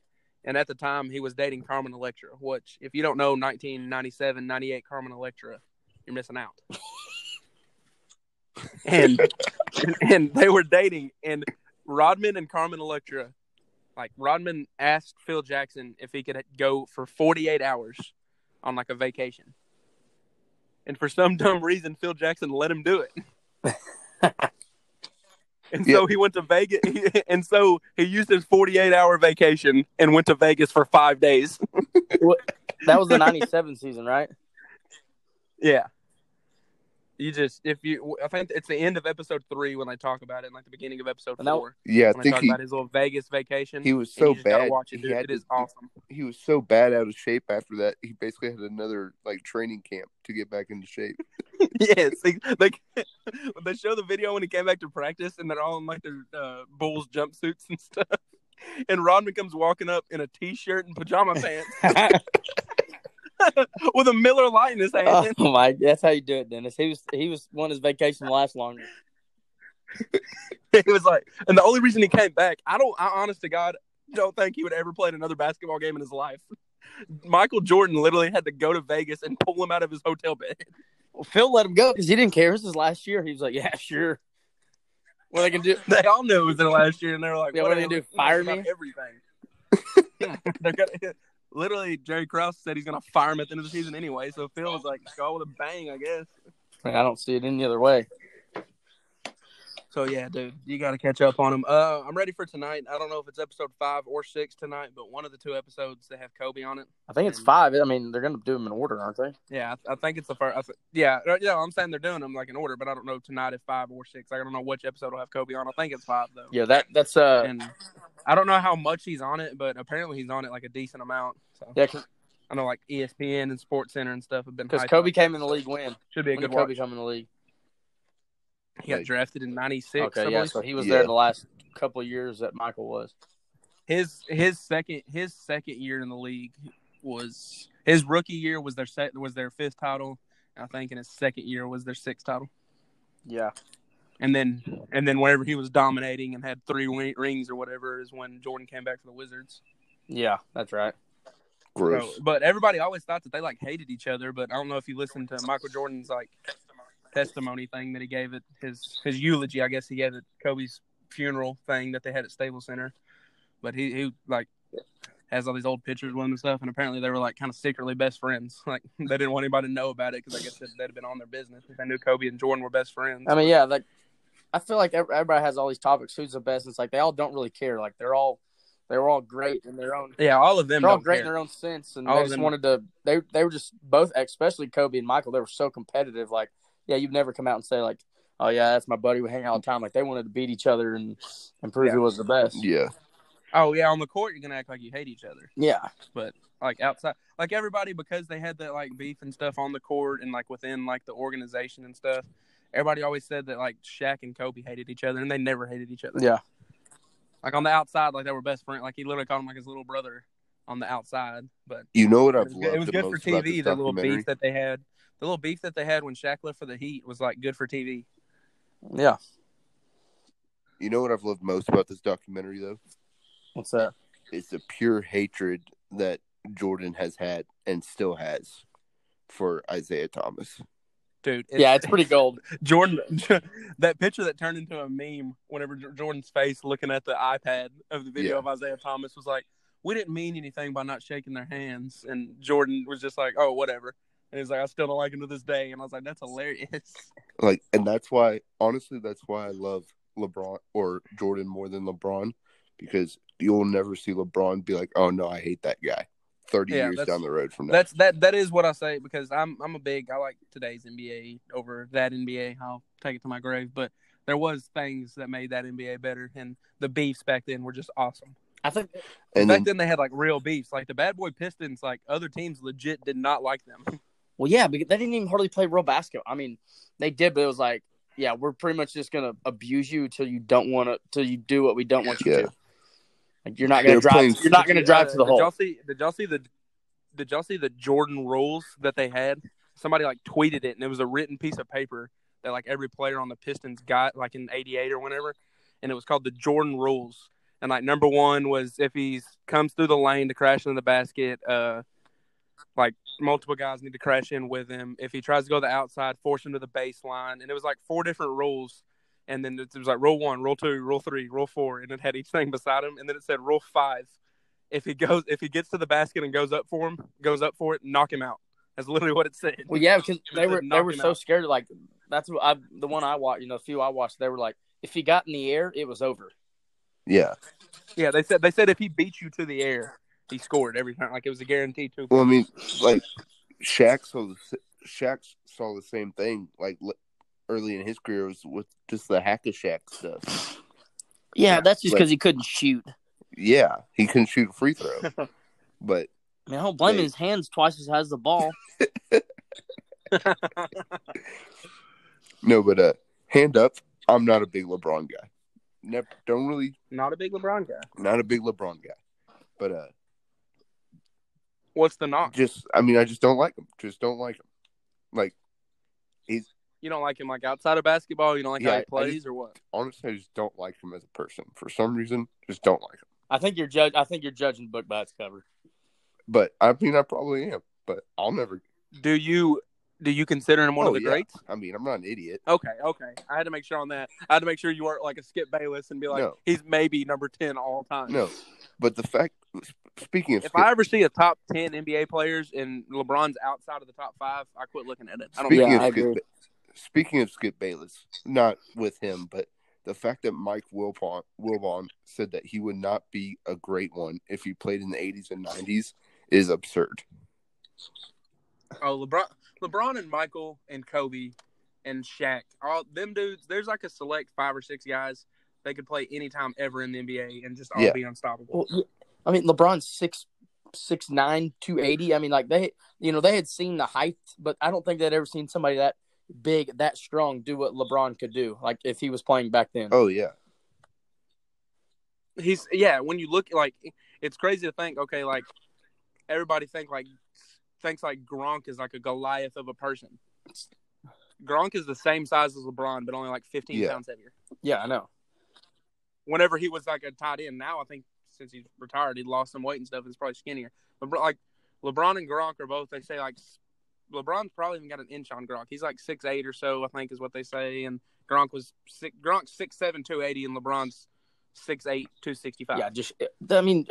[SPEAKER 1] And at the time, he was dating Carmen Electra, which, if you don't know 1997, 98 Carmen Electra, you're missing out. and and they were dating, and Rodman and Carmen Electra, like Rodman asked Phil Jackson if he could go for 48 hours on like a vacation. And for some dumb reason, Phil Jackson let him do it. and so he went to Vegas. [laughs] and so he used his 48 hour vacation and went to Vegas for five days.
[SPEAKER 3] That [laughs] was the '97 season, [laughs] right?
[SPEAKER 1] Yeah. You just, if you, I think it's the end of episode three when they talk about it, and like the beginning of episode
[SPEAKER 3] And that-
[SPEAKER 1] four.
[SPEAKER 2] yeah. I
[SPEAKER 1] when they
[SPEAKER 2] think
[SPEAKER 1] talk
[SPEAKER 2] he,
[SPEAKER 1] about his little Vegas vacation.
[SPEAKER 2] he was
[SPEAKER 1] And you
[SPEAKER 2] so
[SPEAKER 1] just gotta
[SPEAKER 2] bad.
[SPEAKER 1] Watch it,
[SPEAKER 2] He
[SPEAKER 1] dude.
[SPEAKER 2] had
[SPEAKER 1] It is
[SPEAKER 2] to- [laughs]
[SPEAKER 1] awesome. [laughs]
[SPEAKER 2] he was so bad out of shape after that. He basically had another like training camp to get back into shape.
[SPEAKER 1] yes. Like, like, [laughs] when they show the video when he came back to practice and they're all in like their uh, Bulls jumpsuits and stuff. [laughs] And Rodman comes walking up in a t shirt and pajama
[SPEAKER 2] [laughs]
[SPEAKER 1] pants with a Miller light in his hand.
[SPEAKER 3] [laughs] oh my, that's how you do it, Dennis. He was he was wanting his vacation to last longer.
[SPEAKER 1] [laughs] it was like, and the only reason he came back, I don't, I honest to God, don't think he would ever play another basketball game in his life. [laughs] Michael Jordan literally had to go to Vegas and pull him out of his hotel bed. [laughs]
[SPEAKER 3] Well, Phil let him go because he didn't care. This is last year. He was like, "Yeah, sure." What I can do?
[SPEAKER 1] They all knew it was their last year, and they were like,
[SPEAKER 3] Yeah, what are they gonna do, fire me?
[SPEAKER 1] Everything. [laughs] They're gonna, literally, Jerry Krause said he's going to fire him at the end of the season anyway. So Phil was like, go with a bang, I guess.
[SPEAKER 3] I don't see it any other way.
[SPEAKER 1] So yeah, dude, you got to catch up on him. Uh, I'm ready for tonight. I don't know if it's episode five or six tonight, but one of the two episodes they have Kobe on it.
[SPEAKER 3] I think it's five. I mean, they're gonna do them in order, aren't they?
[SPEAKER 1] Yeah, I, I think it's the first. I th- yeah, uh, yeah. I'm saying they're doing them like in order, but I don't know tonight if five or six. Like, I don't know which episode will have Kobe on. I think it's five though.
[SPEAKER 3] Yeah, that that's uh,
[SPEAKER 1] And I don't know how much he's on it, but apparently he's on it like a decent amount. So
[SPEAKER 3] yeah,
[SPEAKER 1] I know like E ESPN and Sports Center and stuff have been
[SPEAKER 3] because
[SPEAKER 1] hyped
[SPEAKER 3] Kobe
[SPEAKER 1] up.
[SPEAKER 3] came in the league when.
[SPEAKER 1] should be a
[SPEAKER 3] When did
[SPEAKER 1] good
[SPEAKER 3] Kobe
[SPEAKER 1] watch.
[SPEAKER 3] come in the league?
[SPEAKER 1] He got drafted in '96.
[SPEAKER 3] okay, yeah, so he was
[SPEAKER 2] Yeah.
[SPEAKER 3] there the last couple of years that Michael was.
[SPEAKER 1] his his second his second year in the league was his rookie year was their set was their fifth title. I think, and his second year was their sixth title.
[SPEAKER 3] Yeah,
[SPEAKER 1] and then and then whenever he was dominating and had three wi- rings or whatever is when Jordan came back for the Wizards.
[SPEAKER 3] yeah, that's right.
[SPEAKER 1] So-
[SPEAKER 2] Gross.
[SPEAKER 1] but everybody always thought that they like hated each other. But I don't know if you listened to Michael Jordan's like testimony thing that he gave at his his eulogy. I guess he gave at Kobe's funeral thing that they had at Staples Center. But he he like has all these old pictures with him and stuff. And apparently they were like kind of secretly best friends. [laughs] Like they didn't want anybody to know about it because I guess they'd, they'd have been on their business if they knew Kobe and Jordan were best friends.
[SPEAKER 3] I mean, yeah, like I feel like ev- everybody has all these topics. Who's the best? It's like they all don't really care. Like they're all they were all great in their own.
[SPEAKER 1] Yeah, all of them.
[SPEAKER 3] They're all
[SPEAKER 1] don't
[SPEAKER 3] great in
[SPEAKER 1] care.
[SPEAKER 3] their own sense, and
[SPEAKER 1] All
[SPEAKER 3] they
[SPEAKER 1] of
[SPEAKER 3] just
[SPEAKER 1] them-
[SPEAKER 3] wanted to. They they were just both, especially Kobe and Michael. They were so competitive. Like, yeah, you've never come out and say like, oh yeah, that's my buddy. We hang out all the time. Like they wanted to beat each other and and prove who was the best.
[SPEAKER 2] Yeah,
[SPEAKER 1] Oh yeah, on the court you're gonna act like you hate each other.
[SPEAKER 3] Yeah,
[SPEAKER 1] Like outside, like everybody because they had that like beef and stuff on the court and like within like the organization and stuff. Everybody always said that like Shaq and Kobe hated each other and they never hated each other.
[SPEAKER 3] yeah,
[SPEAKER 1] Like on the outside, like they were best friends. Like he literally called him like his little brother on the outside. But
[SPEAKER 2] you know what
[SPEAKER 1] it
[SPEAKER 2] I've
[SPEAKER 1] was good,
[SPEAKER 2] loved
[SPEAKER 1] it was
[SPEAKER 2] the
[SPEAKER 1] good for
[SPEAKER 2] most about
[SPEAKER 1] TV.
[SPEAKER 2] this
[SPEAKER 1] The little
[SPEAKER 2] documentary?
[SPEAKER 1] beef that they had, the little beef that they had when Shaq left for the Heat was like good for TV.
[SPEAKER 3] yeah.
[SPEAKER 2] You know what I've loved most about this documentary though?
[SPEAKER 3] What's that?
[SPEAKER 2] It's the pure hatred that Jordan has had and still has for Isaiah Thomas.
[SPEAKER 1] Dude,
[SPEAKER 3] yeah, it's pretty
[SPEAKER 1] [laughs]
[SPEAKER 3] gold.
[SPEAKER 1] Jordan, that picture that turned into a meme whenever J- Jordan's face looking at the iPad of the video
[SPEAKER 2] Yeah.
[SPEAKER 1] of Isaiah Thomas was like, we didn't mean anything by not shaking their hands. And Jordan was just like, oh, whatever. And he's like, I still don't like him to this day. And I was like, that's hilarious.
[SPEAKER 2] Like, and that's why, honestly, that's why I love LeBron or Jordan more than LeBron because you'll never see LeBron be like, "Oh no, I hate that guy." Thirty
[SPEAKER 1] Yeah,
[SPEAKER 2] years
[SPEAKER 1] that's-
[SPEAKER 2] down the road from now,
[SPEAKER 1] That's that. That is what I say because I'm I'm a big. I like today's NBA over that NBA. I'll take it to my grave. But there was things that made that NBA better, and the beefs back then were just awesome.
[SPEAKER 3] I think
[SPEAKER 2] and
[SPEAKER 1] back
[SPEAKER 2] then,
[SPEAKER 1] then they had like real beefs. Like the Bad Boy Pistons, like other teams legit did not like them.
[SPEAKER 3] Well, yeah, because they didn't even hardly play real basketball. I mean, they did, but it was like, yeah, we're pretty much just gonna abuse you till you don't want to, till you do what we don't want you
[SPEAKER 2] Yeah.
[SPEAKER 3] to. Like you're not
[SPEAKER 2] They
[SPEAKER 3] gonna
[SPEAKER 2] were
[SPEAKER 3] drive.
[SPEAKER 2] playing-
[SPEAKER 3] [laughs]
[SPEAKER 1] [laughs]
[SPEAKER 3] you're not gonna drive to the
[SPEAKER 1] did Y'all
[SPEAKER 3] hole.
[SPEAKER 1] see, did y'all see the did y'all see the Jordan rules that they had? Somebody like tweeted it and it was a written piece of paper that like every player on the Pistons got like in eighty eight or whenever. And it was called the Jordan rules. And like number one was if he's comes through the lane to crash into the basket, uh like multiple guys need to crash in with him. If he tries to go the outside, force him to the baseline. And it was like four different rules. And then it was like rule one, rule two, rule three, rule four, and it had each thing beside him. And then it said rule five: if he goes, if he gets to the basket and goes up for him, goes up for it, knock him out. That's literally what it said.
[SPEAKER 3] Well, yeah, because they
[SPEAKER 1] Just
[SPEAKER 3] were they
[SPEAKER 1] knock
[SPEAKER 3] were
[SPEAKER 1] him
[SPEAKER 3] so
[SPEAKER 1] out.
[SPEAKER 3] scared. Like that's what I the one I watched. You know, a few I watched. They were like, if he got in the air, it was over.
[SPEAKER 2] yeah.
[SPEAKER 1] yeah. They said they said if he beat you to the air, he scored every time. Like it was a guarantee too.
[SPEAKER 2] Well, I mean, like Shaq saw the s- Shaq saw the same thing. Like l- early in his career was with just the hack of Shaq stuff.
[SPEAKER 4] Yeah, that's just
[SPEAKER 2] Like-
[SPEAKER 4] because he couldn't shoot.
[SPEAKER 2] Yeah, he couldn't shoot a
[SPEAKER 1] [laughs]
[SPEAKER 2] free throw, but
[SPEAKER 4] I mean, I don't blame him.
[SPEAKER 2] Yeah.
[SPEAKER 4] His hands twice as high as the ball.
[SPEAKER 2] no, but uh, hand up. I'm not a big LeBron guy. Never, don't really
[SPEAKER 1] Not a big LeBron guy.
[SPEAKER 2] not a big LeBron guy, but uh,
[SPEAKER 1] What's the knock?
[SPEAKER 2] just I mean, I just don't like him. Just don't like him. Like
[SPEAKER 1] You don't like him like outside of basketball. You don't like
[SPEAKER 2] Yeah,
[SPEAKER 1] how
[SPEAKER 2] I- I
[SPEAKER 1] he plays
[SPEAKER 2] just-
[SPEAKER 1] or what?
[SPEAKER 2] honestly, I just don't like him as a person. For some reason, just don't like him.
[SPEAKER 3] [laughs] I think you're judge. I think you're judging the book by its cover.
[SPEAKER 2] But I mean, I probably am. But I'll never.
[SPEAKER 1] Do you do you consider him one
[SPEAKER 2] Oh,
[SPEAKER 1] of the
[SPEAKER 2] yeah.
[SPEAKER 1] greats?
[SPEAKER 2] I mean, I'm not an idiot.
[SPEAKER 1] Okay, okay. I had to make sure on that. I had to make sure you weren't like a Skip Bayless and be like,
[SPEAKER 2] No.
[SPEAKER 1] he's maybe number ten all time.
[SPEAKER 2] No, but the fact. Speaking of
[SPEAKER 1] If I ever see a top ten NBA players and LeBron's outside of the top five, I quit looking at it. I don't.
[SPEAKER 2] Speaking
[SPEAKER 3] Yeah,
[SPEAKER 2] of
[SPEAKER 3] I
[SPEAKER 2] Skip,
[SPEAKER 3] agree.
[SPEAKER 2] Ba- speaking of Skip Bayless, not with him, but the fact that Mike Wilpon Wilbon said that he would not be a great one if he played in the '80s and '90s is absurd.
[SPEAKER 1] Oh, LeBron, LeBron and Michael and Kobe and Shaq, all them dudes. There's like a select five or six guys they could play anytime ever in the NBA and just all
[SPEAKER 2] Yeah.
[SPEAKER 1] be unstoppable.
[SPEAKER 3] Well, yeah, I mean, LeBron's six six nine two eighty. I mean, like they, you know, they had seen the height, but I don't think they'd ever seen somebody that big, that strong, do what LeBron could do. Like if he was playing back then.
[SPEAKER 2] Oh yeah,
[SPEAKER 1] He's yeah. When you look like, it's crazy to think. Okay, like everybody think like thinks like Gronk is like a Goliath of a person. Gronk is the same size as LeBron, but only like 15
[SPEAKER 2] Yeah.
[SPEAKER 1] pounds heavier.
[SPEAKER 3] Yeah, I know.
[SPEAKER 1] whenever he was like a tight end. Now I think since he's retired, he lost some weight and stuff. And he's probably skinnier. LeBron, like LeBron and Gronk are both. They say like s- LeBron's probably even got an inch on Gronk. He's like six eight or so, I think, is what they say. And Gronk was six, Gronk's six seven two eighty, and LeBron's six eight two sixty five.
[SPEAKER 3] Yeah, just I mean,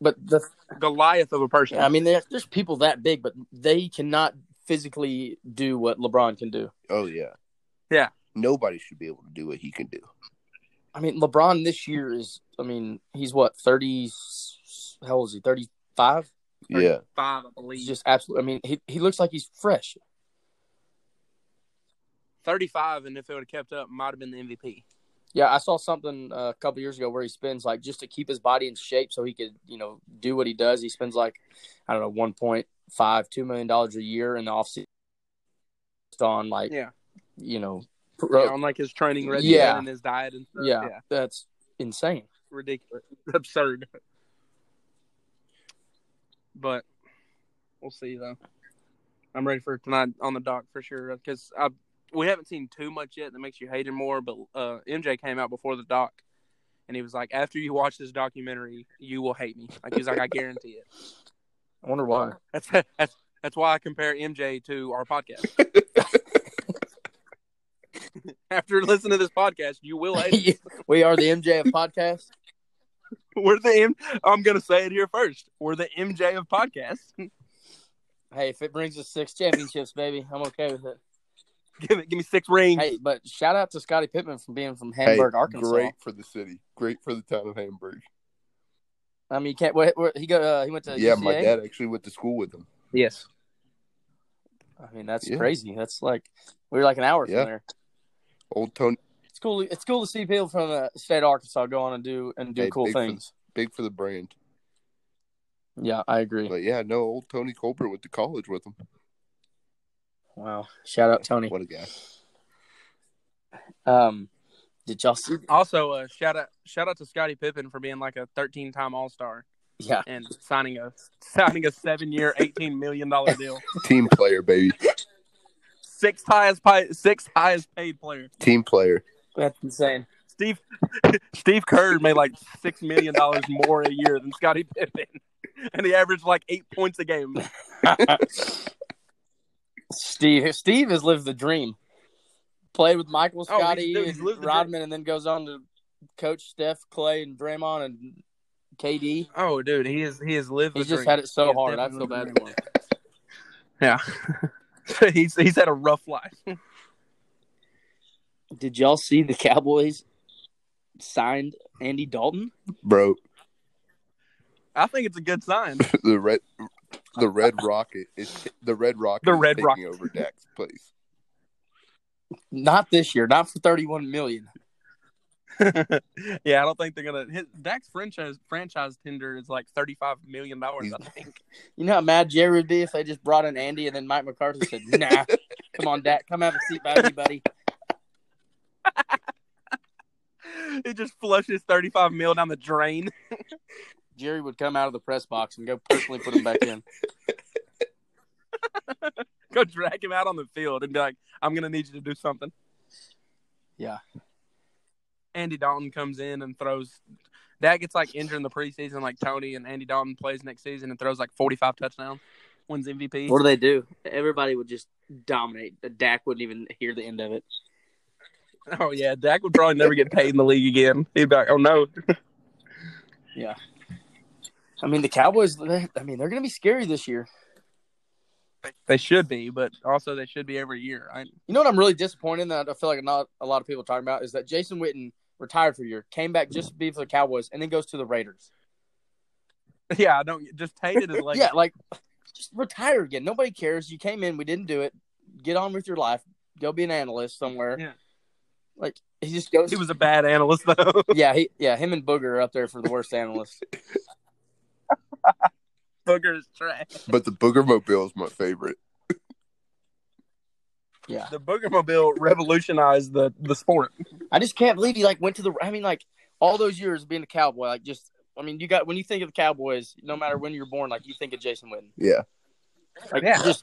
[SPEAKER 3] but the
[SPEAKER 1] Goliath of a person.
[SPEAKER 3] I mean, there's, there's people that big, but they cannot physically do what LeBron can do.
[SPEAKER 2] oh yeah. Nobody should be able to do what he can do.
[SPEAKER 3] I mean, LeBron this year is. I mean, he's what thirty? How old is he? Thirty five.
[SPEAKER 1] Right.
[SPEAKER 2] Yeah.
[SPEAKER 1] Five, I believe.
[SPEAKER 3] He's just absolutely. I mean, he he looks like he's fresh.
[SPEAKER 1] 35, and if it would have kept up, might have been the MVP.
[SPEAKER 3] Yeah, I saw something uh, a couple years ago where he spends like just to keep his body in shape so he could, you know, do what he does. He spends like I don't know, one point five, two million dollars a year in the offseason on like
[SPEAKER 1] Yeah.
[SPEAKER 3] you know,
[SPEAKER 1] Yeah,
[SPEAKER 3] pro-
[SPEAKER 1] on like his training regimen
[SPEAKER 3] Yeah.
[SPEAKER 1] and his diet and stuff.
[SPEAKER 3] yeah, that's insane.
[SPEAKER 1] ridiculous, [laughs] absurd. But we'll see though. I'm ready for tonight on the dock for sure because I we haven't seen too much yet that makes you hate him more. But uh, MJ came out before the doc, and he was like, "After you watch this documentary, you will hate me." Like he's like, "I guarantee it."
[SPEAKER 3] I wonder why.
[SPEAKER 1] That's that's that's why I compare MJ to our podcast. After listening to this podcast, you will hate. him.
[SPEAKER 3] [laughs] we are the MJF podcast.
[SPEAKER 1] We're the M- I'm gonna say it here first. We're the MJ of podcasts. [laughs]
[SPEAKER 3] Hey, if it brings us six championships, baby, I'm okay with it.
[SPEAKER 1] give me give me six rings.
[SPEAKER 3] Hey, but shout out to Scottie Pittman for being from Hamburg,
[SPEAKER 2] Hey,
[SPEAKER 3] Arkansas.
[SPEAKER 2] Great for the city. Great for the town of Hamburg.
[SPEAKER 3] I mean, you can't. Wait, where, he go. Uh, he went to
[SPEAKER 2] yeah, my
[SPEAKER 3] UCA?
[SPEAKER 2] dad actually went to school with him.
[SPEAKER 1] Yes.
[SPEAKER 3] I mean, that's
[SPEAKER 2] Yeah.
[SPEAKER 3] crazy. That's like we were like an hour
[SPEAKER 2] Yeah.
[SPEAKER 3] from there.
[SPEAKER 2] Old Tony,
[SPEAKER 3] It's cool. It's cool to see people from the state of Arkansas go on and do and do
[SPEAKER 2] Hey,
[SPEAKER 3] cool
[SPEAKER 2] big for-
[SPEAKER 3] things.
[SPEAKER 2] big for the brand.
[SPEAKER 3] Yeah, I agree.
[SPEAKER 2] But yeah, no, old Tony Colbert went to college with him.
[SPEAKER 3] Wow. Shout out Tony.
[SPEAKER 2] What a guy.
[SPEAKER 3] Um, did y'all see?
[SPEAKER 1] Also, uh, shout out shout out to Scottie Pippen for being like a 13 time All Star
[SPEAKER 3] Yeah,
[SPEAKER 1] and signing a signing a seven year, 18 million dollar deal.
[SPEAKER 2] Team player, baby.
[SPEAKER 1] Sixth highest paid sixth highest paid player.
[SPEAKER 2] Team player.
[SPEAKER 3] that's insane.
[SPEAKER 1] Steve [laughs] Steve Kerr made like six million dollars more a year than Scottie [laughs] Pippen, and he averaged like eight points a game.
[SPEAKER 3] Steve. Steve has lived the dream. Played with Michael,
[SPEAKER 1] Oh, he's-
[SPEAKER 3] Scotty,
[SPEAKER 1] dude, he's lived
[SPEAKER 3] and
[SPEAKER 1] the dream.
[SPEAKER 3] Rodman, and then goes on to coach Steph, Clay, and Draymond, and KD.
[SPEAKER 1] Oh, dude, he is he has lived.
[SPEAKER 3] He's
[SPEAKER 1] the
[SPEAKER 3] just
[SPEAKER 1] dream.
[SPEAKER 3] had it so
[SPEAKER 1] He's
[SPEAKER 3] hard. I
[SPEAKER 1] definitely
[SPEAKER 3] feel bad
[SPEAKER 1] lived
[SPEAKER 3] for him.
[SPEAKER 1] Yeah, [laughs] he's he's had a rough life.
[SPEAKER 4] Did y'all see the Cowboys signed Andy Dalton?
[SPEAKER 2] Bro,
[SPEAKER 1] I think it's a good
[SPEAKER 3] [laughs]
[SPEAKER 1] sign.
[SPEAKER 2] the red the red rocket is the red rocket
[SPEAKER 1] The
[SPEAKER 2] is
[SPEAKER 1] Red
[SPEAKER 2] taking
[SPEAKER 1] Rocket.
[SPEAKER 2] over Dak's place.
[SPEAKER 3] Not this year. Not for thirty-one million.
[SPEAKER 1] yeah, I don't think they're gonna. His, Dak's franchise franchise tender is like thirty five million dollars. I think.
[SPEAKER 3] You know how mad Jerry would be if they just brought in Andy and then Mike McCarthy said, "Nah, come on, Dak, come have a seat by me, buddy."
[SPEAKER 1] [laughs] It just flushes thirty five mil down the drain.
[SPEAKER 3] Jerry would come out of the press box and go personally put him back in.
[SPEAKER 1] [laughs] Go drag him out on the field and be like, "I'm gonna need you to do something."
[SPEAKER 3] Yeah.
[SPEAKER 1] Andy Dalton comes in and throws. Dak gets like injured in the preseason, like Tony, and Andy Dalton plays next season and throws like forty five touchdowns, wins
[SPEAKER 4] [laughs]
[SPEAKER 1] MVP.
[SPEAKER 4] What do they do? Everybody would just dominate. Dak wouldn't even hear the end of it.
[SPEAKER 1] [laughs] Oh yeah, Dak would probably never get paid in the league again. He'd be like, "Oh no,
[SPEAKER 3] I mean, the Cowboys. They, I mean, they're going to be scary this year.
[SPEAKER 1] they should be, but also they should be every year." I, [laughs]
[SPEAKER 3] You know what I'm really disappointed in that I feel like not a lot of people are talking about is that Jason Witten retired for a year, came back just to be for the Cowboys, and then goes to the Raiders.
[SPEAKER 1] yeah, I don't just hated his legacy.
[SPEAKER 3] yeah, like just retire again. Nobody cares. You came in, we didn't do it. Get on with your life. Go be an analyst somewhere.
[SPEAKER 1] Yeah.
[SPEAKER 3] Like he just goes.
[SPEAKER 1] He was a bad analyst, though.
[SPEAKER 3] [laughs]
[SPEAKER 1] [laughs]
[SPEAKER 3] yeah, he, yeah, him and Booger are up there for the worst analyst.
[SPEAKER 1] Booger is trash.
[SPEAKER 2] But the Booger Mobile is my favorite.
[SPEAKER 1] The Boogermobile revolutionized the, the sport.
[SPEAKER 3] I just can't believe he like went to the. I mean, like all those years being a cowboy, like just. I mean, you got when you think of the Cowboys, no matter when you're born, like you think of Jason Witten.
[SPEAKER 2] Yeah.
[SPEAKER 3] Like
[SPEAKER 1] Yeah.
[SPEAKER 3] just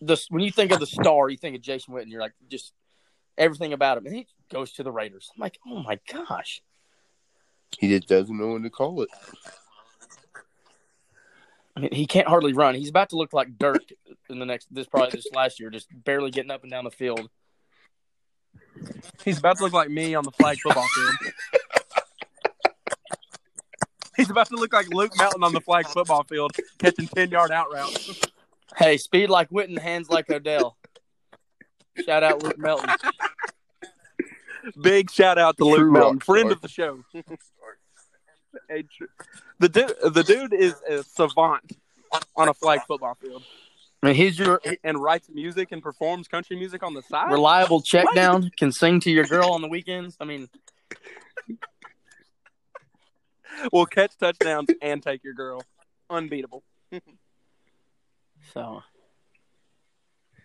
[SPEAKER 3] the when you think of the star, you think of Jason Witten. You're like just everything about him, and he goes to the Raiders. I'm like, oh my gosh,
[SPEAKER 2] He just doesn't know when to call it.
[SPEAKER 3] I mean, he can't hardly run. He's about to look like Dirk in the next this probably this last year, just barely getting up and down the field.
[SPEAKER 1] He's about to look like me on the flag football field. He's about to look like Luke Mountain on the flag football field, catching 10 yard out routes.
[SPEAKER 3] Hey, speed like Witten, hands like Odell. Shout out Luke Melton.
[SPEAKER 1] Big shout out to
[SPEAKER 2] True
[SPEAKER 1] Luke Brown,
[SPEAKER 2] rock
[SPEAKER 1] friend
[SPEAKER 2] star.
[SPEAKER 1] of the show. A tr- the dude, the dude is a savant on a flag football field
[SPEAKER 3] I mean, he's your
[SPEAKER 1] and writes music and performs country music on the side.
[SPEAKER 3] reliable check down, can sing to your girl on the weekends. I mean,
[SPEAKER 1] Will catch touchdowns and take your girl. Unbeatable.
[SPEAKER 3] so.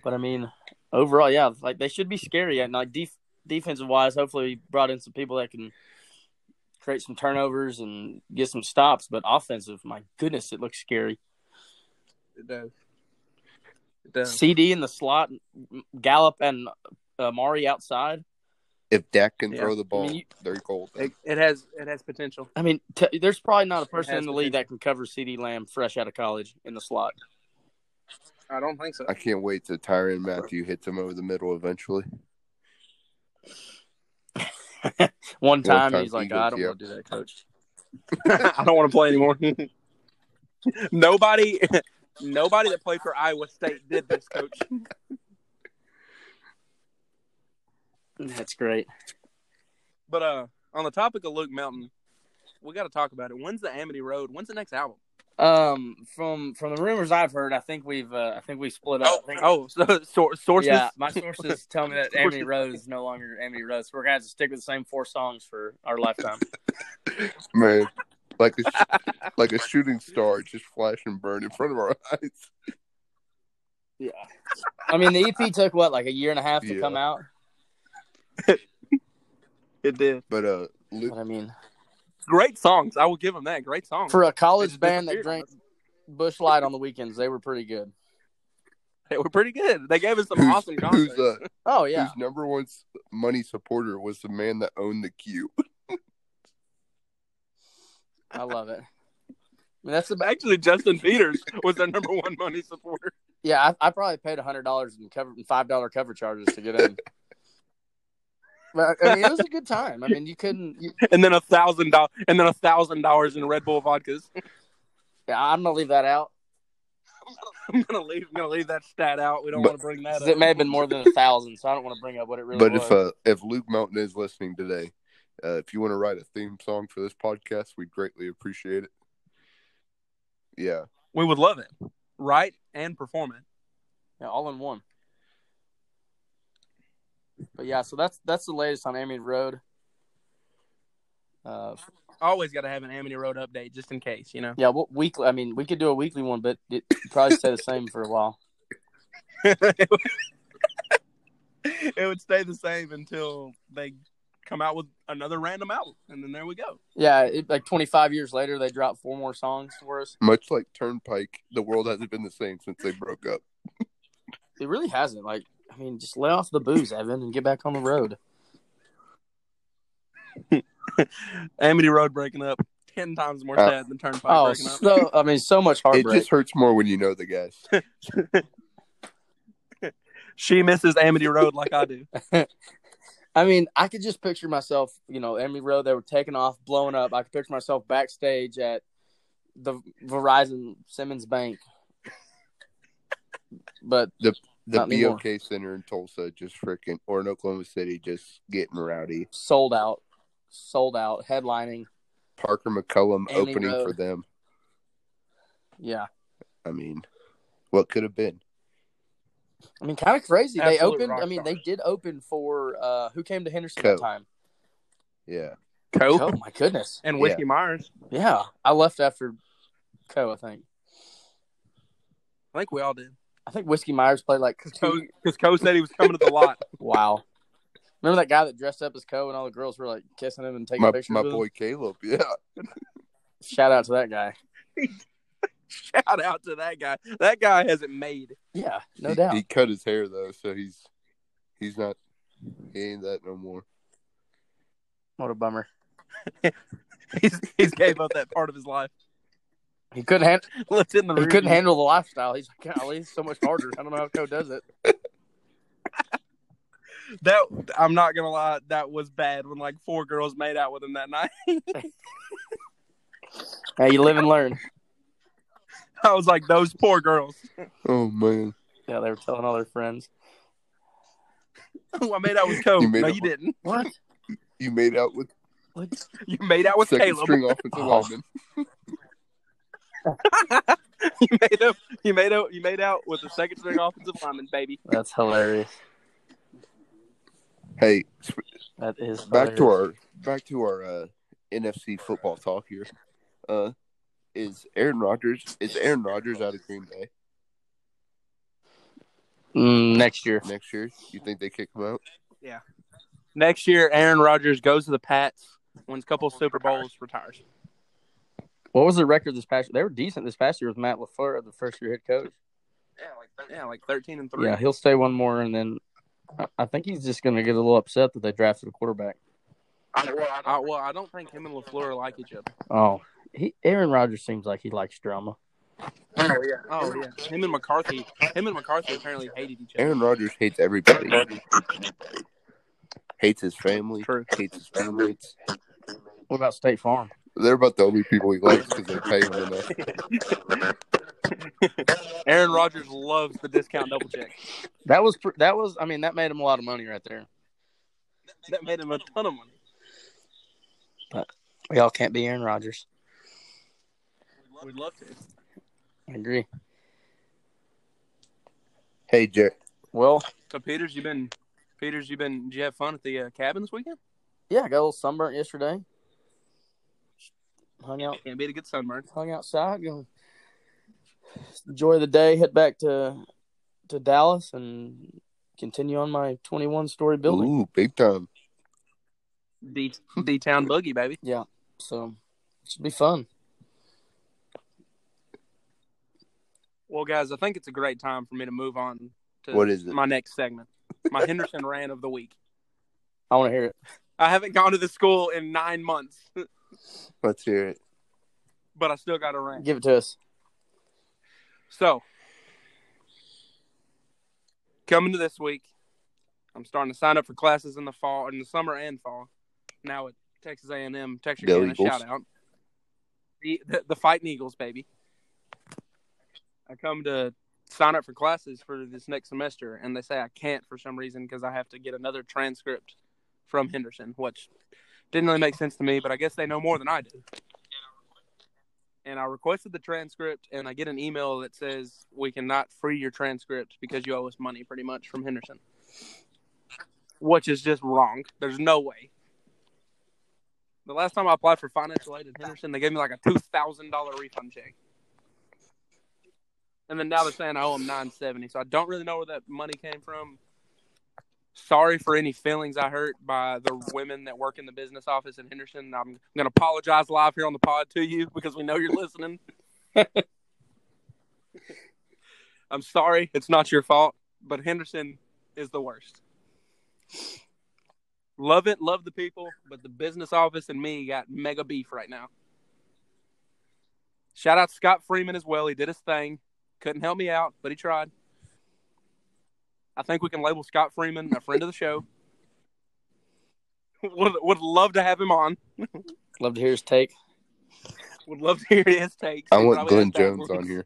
[SPEAKER 3] But I mean, overall, yeah, like they should be scary and like def- defensive wise. Hopefully, we brought in some people that can create some turnovers and get some stops. But offensive, my goodness, it looks scary.
[SPEAKER 1] It does. It does.
[SPEAKER 3] CD in the slot, Gallup and uh, Mari outside.
[SPEAKER 2] If Dak can
[SPEAKER 1] Yeah.
[SPEAKER 2] throw the ball,
[SPEAKER 3] you-
[SPEAKER 2] they're gold.
[SPEAKER 1] It, it has it has potential.
[SPEAKER 3] I mean, t- there's probably not a
[SPEAKER 1] It
[SPEAKER 3] person
[SPEAKER 1] has
[SPEAKER 3] in the league that can cover CD Lamb fresh out of college in the slot.
[SPEAKER 1] I don't think so.
[SPEAKER 2] I can't wait till Tyron Matthew hits him over the middle eventually.
[SPEAKER 3] One time,
[SPEAKER 2] time
[SPEAKER 3] he's like,
[SPEAKER 2] Eagles,
[SPEAKER 3] I don't
[SPEAKER 2] yeah.
[SPEAKER 3] want to do that, coach.
[SPEAKER 1] [laughs] I don't want to play anymore. [laughs] nobody, nobody that played for Iowa State did this, coach.
[SPEAKER 3] Mm, That's great.
[SPEAKER 1] But uh, on the topic of Luke Melton, we got to talk about it. When's the Amity Road? When's the next album?
[SPEAKER 3] Um, from from the rumors I've heard, I think we've uh, I think we split up. I think-
[SPEAKER 1] Oh, so, sor- sources.
[SPEAKER 3] Yeah,
[SPEAKER 1] [laughs]
[SPEAKER 3] my sources tell me that
[SPEAKER 1] Sources.
[SPEAKER 3] Amity Rose is no longer Amity Rose. We're gonna have to stick with the same four songs for
[SPEAKER 2] [laughs]
[SPEAKER 3] our lifetime.
[SPEAKER 2] Man, like a, sh-
[SPEAKER 1] [laughs]
[SPEAKER 2] like a shooting star just flash and burn in front of our [laughs] eyes.
[SPEAKER 3] yeah, I mean the EP took what like a year and a half to
[SPEAKER 2] Yeah.
[SPEAKER 3] come out.
[SPEAKER 1] it did.
[SPEAKER 2] But uh, Luke,
[SPEAKER 3] But I mean,
[SPEAKER 1] Great songs. I will give them that. Great songs.
[SPEAKER 3] for a
[SPEAKER 1] They
[SPEAKER 3] college
[SPEAKER 1] just
[SPEAKER 3] band
[SPEAKER 1] Oh,
[SPEAKER 3] that
[SPEAKER 1] disappeared on
[SPEAKER 3] drank Bush Light on the weekends, they were pretty good.
[SPEAKER 1] They were pretty good. They gave us some
[SPEAKER 2] who's,
[SPEAKER 1] awesome
[SPEAKER 2] who's,
[SPEAKER 1] concerts.
[SPEAKER 2] uh,
[SPEAKER 3] Oh yeah,
[SPEAKER 2] whose number one s- money supporter was the man that owned the Q.
[SPEAKER 3] I love it. I mean, that's the
[SPEAKER 1] Actually, Justin Peters was their number one money supporter.
[SPEAKER 3] Yeah, I, I probably paid hundred dollars in cover in five dollar cover charges to
[SPEAKER 2] [laughs]
[SPEAKER 3] get in. but I mean, it was a good time. I mean, you couldn't. You,
[SPEAKER 1] And then a thousand dollars, and then a thousand dollars in Red Bull vodkas. [laughs]
[SPEAKER 3] yeah, I'm gonna leave that out.
[SPEAKER 1] I'm gonna leave. I'm gonna leave that stat out. We don't
[SPEAKER 2] But-
[SPEAKER 1] want to bring
[SPEAKER 3] 'cause
[SPEAKER 1] that up.
[SPEAKER 3] It may have been more than a thousand, so I don't want to bring up what it really
[SPEAKER 2] but
[SPEAKER 3] was.
[SPEAKER 2] if uh, if Luke Mountain is listening today, uh, if you want to write a theme song for this podcast, we'd greatly appreciate it. Yeah,
[SPEAKER 1] we would love it, right? And perform it.
[SPEAKER 3] yeah, all in one. But yeah, so that's that's the latest on Amy Road. Uh,
[SPEAKER 1] Always got to have an Amity Road update just in case, you know.
[SPEAKER 3] [laughs] yeah, what weekly? I mean, we could do a weekly one, but it probably stay the same for a while.
[SPEAKER 1] it would- [laughs] it would stay the same until they come out with another random album, and then there we go.
[SPEAKER 3] Yeah, it, like 25 years later, they dropped four more songs for us.
[SPEAKER 2] much like Turnpike, the world hasn't been the same since they broke up.
[SPEAKER 3] It really hasn't. Like, I mean, just lay off the booze, Evan, and get back on
[SPEAKER 1] [laughs]
[SPEAKER 3] the road.
[SPEAKER 1] Amity Road breaking up ten times more
[SPEAKER 2] Uh,
[SPEAKER 1] sad than Turnpike
[SPEAKER 3] Oh,
[SPEAKER 1] breaking up.
[SPEAKER 3] so I mean, so much
[SPEAKER 2] It
[SPEAKER 3] heartbreak.
[SPEAKER 2] just hurts more when you know the guys.
[SPEAKER 3] [laughs]
[SPEAKER 1] She misses Amity Road like I
[SPEAKER 3] [laughs]
[SPEAKER 1] do.
[SPEAKER 3] I mean, I could just picture myself, you know, Emmy Road. They were taking off, blowing up. I could picture myself backstage at the Verizon
[SPEAKER 1] [laughs]
[SPEAKER 3] Simmons Bank. But
[SPEAKER 2] The
[SPEAKER 3] Not
[SPEAKER 2] BOK
[SPEAKER 3] anymore.
[SPEAKER 2] Center in Tulsa just freaking, or in Oklahoma City, just getting rowdy.
[SPEAKER 3] sold out, sold out, headlining.
[SPEAKER 2] Parker McCullum
[SPEAKER 3] Amy
[SPEAKER 2] opening
[SPEAKER 3] Road.
[SPEAKER 2] for them.
[SPEAKER 3] Yeah,
[SPEAKER 2] I mean, what could have been?
[SPEAKER 3] I mean, kind of crazy. they
[SPEAKER 1] Absolute
[SPEAKER 3] opened.
[SPEAKER 1] rock
[SPEAKER 3] I mean,
[SPEAKER 1] stars.
[SPEAKER 3] they did open for uh who came to Henderson
[SPEAKER 2] Co.
[SPEAKER 3] that time.
[SPEAKER 2] Yeah.
[SPEAKER 1] Coke
[SPEAKER 3] Oh my goodness.
[SPEAKER 1] and Whiskey Myers.
[SPEAKER 3] Yeah, I left after Co. I think.
[SPEAKER 1] I think we all did.
[SPEAKER 3] I think Whiskey Myers played like two
[SPEAKER 1] Because Co said he was coming to the
[SPEAKER 3] [laughs]
[SPEAKER 1] lot.
[SPEAKER 3] Wow. Remember that guy that dressed up as Co and all the girls were like kissing him and taking
[SPEAKER 2] My,
[SPEAKER 3] pictures?
[SPEAKER 2] my
[SPEAKER 3] with him?
[SPEAKER 2] boy Caleb. [laughs] Yeah.
[SPEAKER 3] Shout out to that guy.
[SPEAKER 1] Shout out to that guy. That guy has it made.
[SPEAKER 3] Yeah, no
[SPEAKER 2] he,
[SPEAKER 3] doubt.
[SPEAKER 2] He cut his hair, though, so he's he's not, he ain't that no more.
[SPEAKER 3] what a bummer.
[SPEAKER 1] He's, he's gave up that part of his life. [laughs]
[SPEAKER 3] He couldn't hand-
[SPEAKER 1] Left it in the
[SPEAKER 3] he
[SPEAKER 1] rear
[SPEAKER 3] couldn't
[SPEAKER 1] view.
[SPEAKER 3] handle the lifestyle. He's like, golly, it's so much harder. I don't know how Co does it.
[SPEAKER 1] That I'm not gonna lie, that was bad when like four girls made out with him that night. [laughs]
[SPEAKER 3] Hey, you live and learn.
[SPEAKER 1] I was like, those poor girls. [laughs]
[SPEAKER 2] Oh, man.
[SPEAKER 3] Yeah, they were telling all their friends.
[SPEAKER 1] I made out with Coke.
[SPEAKER 2] You made
[SPEAKER 1] No,
[SPEAKER 2] up
[SPEAKER 1] you
[SPEAKER 2] with-
[SPEAKER 1] didn't.
[SPEAKER 3] What?
[SPEAKER 2] You made out with
[SPEAKER 1] You made out with
[SPEAKER 2] second
[SPEAKER 1] Caleb. [laughs]
[SPEAKER 2] string offensive
[SPEAKER 3] Oh.
[SPEAKER 2] lineman.
[SPEAKER 1] you made up. You made out. You made out with the second string offensive lineman, baby.
[SPEAKER 3] That's hilarious.
[SPEAKER 2] Hey, sp-
[SPEAKER 3] That is
[SPEAKER 2] back to our back to our uh, NFC football talk here. Uh, is Aaron Rodgers is Aaron Rodgers out of Green Bay
[SPEAKER 3] Mm, next year.
[SPEAKER 2] next year? You think they kick him out?
[SPEAKER 1] Next year, Aaron Rodgers goes to the Pats, wins a couple Super Bowls, retires.
[SPEAKER 3] What was their record this past year? They were decent this past year with Matt LaFleur, the first year head coach.
[SPEAKER 1] Yeah, like yeah, like thirteen and three.
[SPEAKER 3] Yeah, he'll stay one more, and then I- I think he's just going to get a little upset that they drafted a quarterback.
[SPEAKER 1] I, well, I don't think him and Lafleur like each other.
[SPEAKER 3] Oh, he, Aaron Rodgers seems like he likes drama.
[SPEAKER 1] Oh yeah, him and McCarthy. Him and McCarthy apparently hated each other.
[SPEAKER 2] Aaron Rodgers hates everybody. hates his family.
[SPEAKER 1] True.
[SPEAKER 2] Hates his teammates.
[SPEAKER 3] What about State Farm?
[SPEAKER 2] They're about the only people he likes because they pay him enough.
[SPEAKER 1] Aaron Rodgers loves the discount double check.
[SPEAKER 3] That was pr- that was. I mean, that made him a lot of money right there.
[SPEAKER 1] That made him a ton of money.
[SPEAKER 3] We all can't be Aaron Rodgers.
[SPEAKER 1] We'd love to.
[SPEAKER 3] I agree.
[SPEAKER 2] Hey, Jer-
[SPEAKER 3] Well,
[SPEAKER 1] So, Peters, you been, Peters, you been, did you have fun at the uh, cabin this weekend?
[SPEAKER 3] yeah, I got a little sunburnt yesterday. Hung out,
[SPEAKER 1] Can't beat a good sunburn.
[SPEAKER 3] hung outside. Gonna enjoy the day. Head back to to Dallas and continue on my twenty one story building.
[SPEAKER 2] Ooh, big time.
[SPEAKER 1] D D town boogie, baby.
[SPEAKER 3] So it should be fun.
[SPEAKER 1] Well, guys, I think it's a great time for me to move on to
[SPEAKER 2] What is it?
[SPEAKER 1] my next segment, my Henderson [laughs] rant of the week.
[SPEAKER 3] I want to hear it.
[SPEAKER 1] I haven't gone to the school in nine months,
[SPEAKER 2] Let's hear it.
[SPEAKER 1] but I still got a rant.
[SPEAKER 3] Give it to us.
[SPEAKER 1] So, coming to this week, I'm starting to sign up for classes in the fall, in the summer and fall. Now at Texas A&M, Texas
[SPEAKER 2] Go
[SPEAKER 1] Go
[SPEAKER 2] Eagles.
[SPEAKER 1] shout out. The, the the fighting Eagles, baby. I come to sign up for classes for this next semester, and they say I can't for some reason because I have to get another transcript from Henderson, which didn't really make sense to me, but I guess they know more than I do. And I requested the transcript, and I get an email that says we cannot free your transcript because you owe us money, pretty much, from Henderson, which is just wrong. There's no way. The last time I applied for financial aid at Henderson, they gave me like a two thousand dollar refund check, and then now they're saying I owe them nine seventy. So I don't really know where that money came from. Sorry for any feelings I hurt by the women that work in the business office in Henderson. I'm going to apologize live here on the pod to you because we know you're listening. [laughs] I'm sorry, it's not your fault, but Henderson is the worst. Love it, love the people, but the business office and me got mega beef right now. Shout out Scott Freeman as well. He did his thing. Couldn't help me out, but he tried. I think we can label Scott Freeman a friend of the show. [laughs] Would, would love to have him on.
[SPEAKER 3] Love to hear his take.
[SPEAKER 1] Would love to hear his takes.
[SPEAKER 2] I
[SPEAKER 1] He
[SPEAKER 2] want
[SPEAKER 1] probably
[SPEAKER 2] Glenn
[SPEAKER 1] has
[SPEAKER 2] Jones
[SPEAKER 1] backwards.
[SPEAKER 2] on here.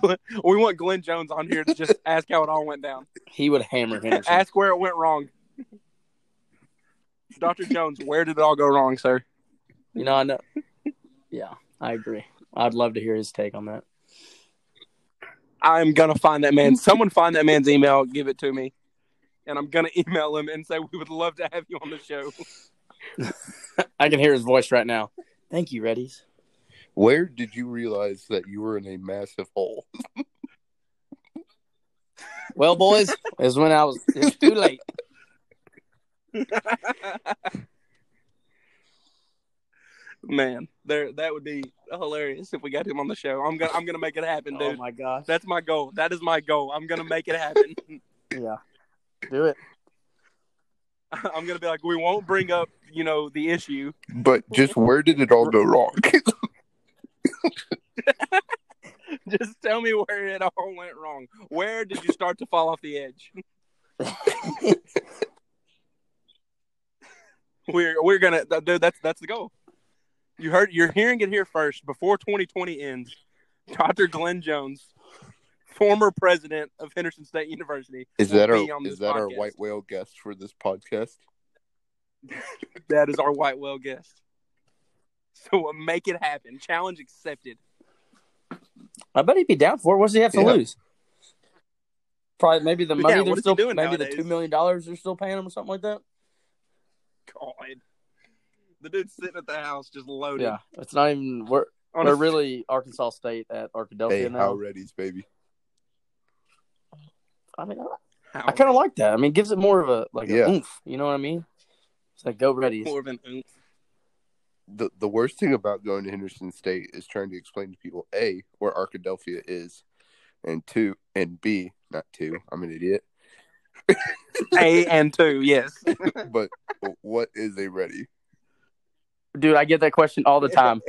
[SPEAKER 1] Glenn- we want Glenn Jones on here to
[SPEAKER 2] [laughs]
[SPEAKER 1] just ask how it all went down.
[SPEAKER 3] He would [laughs] hammer Henderson.
[SPEAKER 1] ask where it went wrong. [laughs] Dr. Jones, where did it all go wrong, sir?
[SPEAKER 3] You know, I know. Yeah, I agree. I'd love to hear his take on that.
[SPEAKER 1] I'm gonna find that man. Someone find that man's email, give it to me, and I'm gonna [laughs] email him and say we would love to have you on the show.
[SPEAKER 3] I can hear his voice right now. Thank you, Reddies.
[SPEAKER 2] Where did you realize that you were in a massive hole?
[SPEAKER 3] Well, boys, is when I was. It's too late.
[SPEAKER 1] man, there that would be hilarious if we got him on the show. I'm gonna I'm gonna make it happen, [laughs]
[SPEAKER 3] Oh
[SPEAKER 1] dude.
[SPEAKER 3] my gosh.
[SPEAKER 1] That's my goal. That is my goal. I'm gonna make it happen. [laughs]
[SPEAKER 3] Yeah. Do it.
[SPEAKER 1] I'm gonna be like, we won't bring up, you know, the issue. [laughs]
[SPEAKER 2] But just where did it all go wrong?
[SPEAKER 1] Just tell me where it all went wrong. Where did you start to fall off the edge? [laughs] We're we're gonna th- dude. That's that's the goal. You heard you're hearing it here first. Before 2020 ends, Dr. Glenn Jones former president of Henderson State University.
[SPEAKER 2] Is that
[SPEAKER 1] will be
[SPEAKER 2] our
[SPEAKER 1] on
[SPEAKER 2] is
[SPEAKER 1] this
[SPEAKER 2] that our
[SPEAKER 1] podcast.
[SPEAKER 2] white whale guest for this podcast?
[SPEAKER 1] That is our white well guest. So uh, make it happen. Challenge accepted.
[SPEAKER 3] I bet he'd be down for it. What's he have to
[SPEAKER 2] Yeah.
[SPEAKER 3] lose? Probably maybe the
[SPEAKER 1] Yeah,
[SPEAKER 3] money
[SPEAKER 1] what
[SPEAKER 3] they're
[SPEAKER 1] is he
[SPEAKER 3] still
[SPEAKER 1] doing
[SPEAKER 3] maybe
[SPEAKER 1] nowadays?
[SPEAKER 3] the two million dollars they're still paying him or something like that.
[SPEAKER 1] God, the dude's sitting at the house just loaded.
[SPEAKER 3] Yeah, it's not even we're
[SPEAKER 1] on
[SPEAKER 3] we're
[SPEAKER 1] a-
[SPEAKER 3] really Arkansas State at Arkadelphia
[SPEAKER 2] Hey,
[SPEAKER 3] now.
[SPEAKER 2] how ready's baby?
[SPEAKER 3] I mean, I,
[SPEAKER 1] How-
[SPEAKER 3] I kind of like that. I mean, it gives it more of a like
[SPEAKER 2] Yeah.
[SPEAKER 3] a oomph. You know what I mean? It's like go ready.
[SPEAKER 1] more of an oomph.
[SPEAKER 2] The the worst thing about going to Henderson State is trying to explain to people a where Arkadelphia is, and two and b not two. I'm an
[SPEAKER 1] [laughs]
[SPEAKER 2] idiot.
[SPEAKER 1] A and two, yes.
[SPEAKER 2] But what is a ready?
[SPEAKER 3] Dude, I get that question all the time.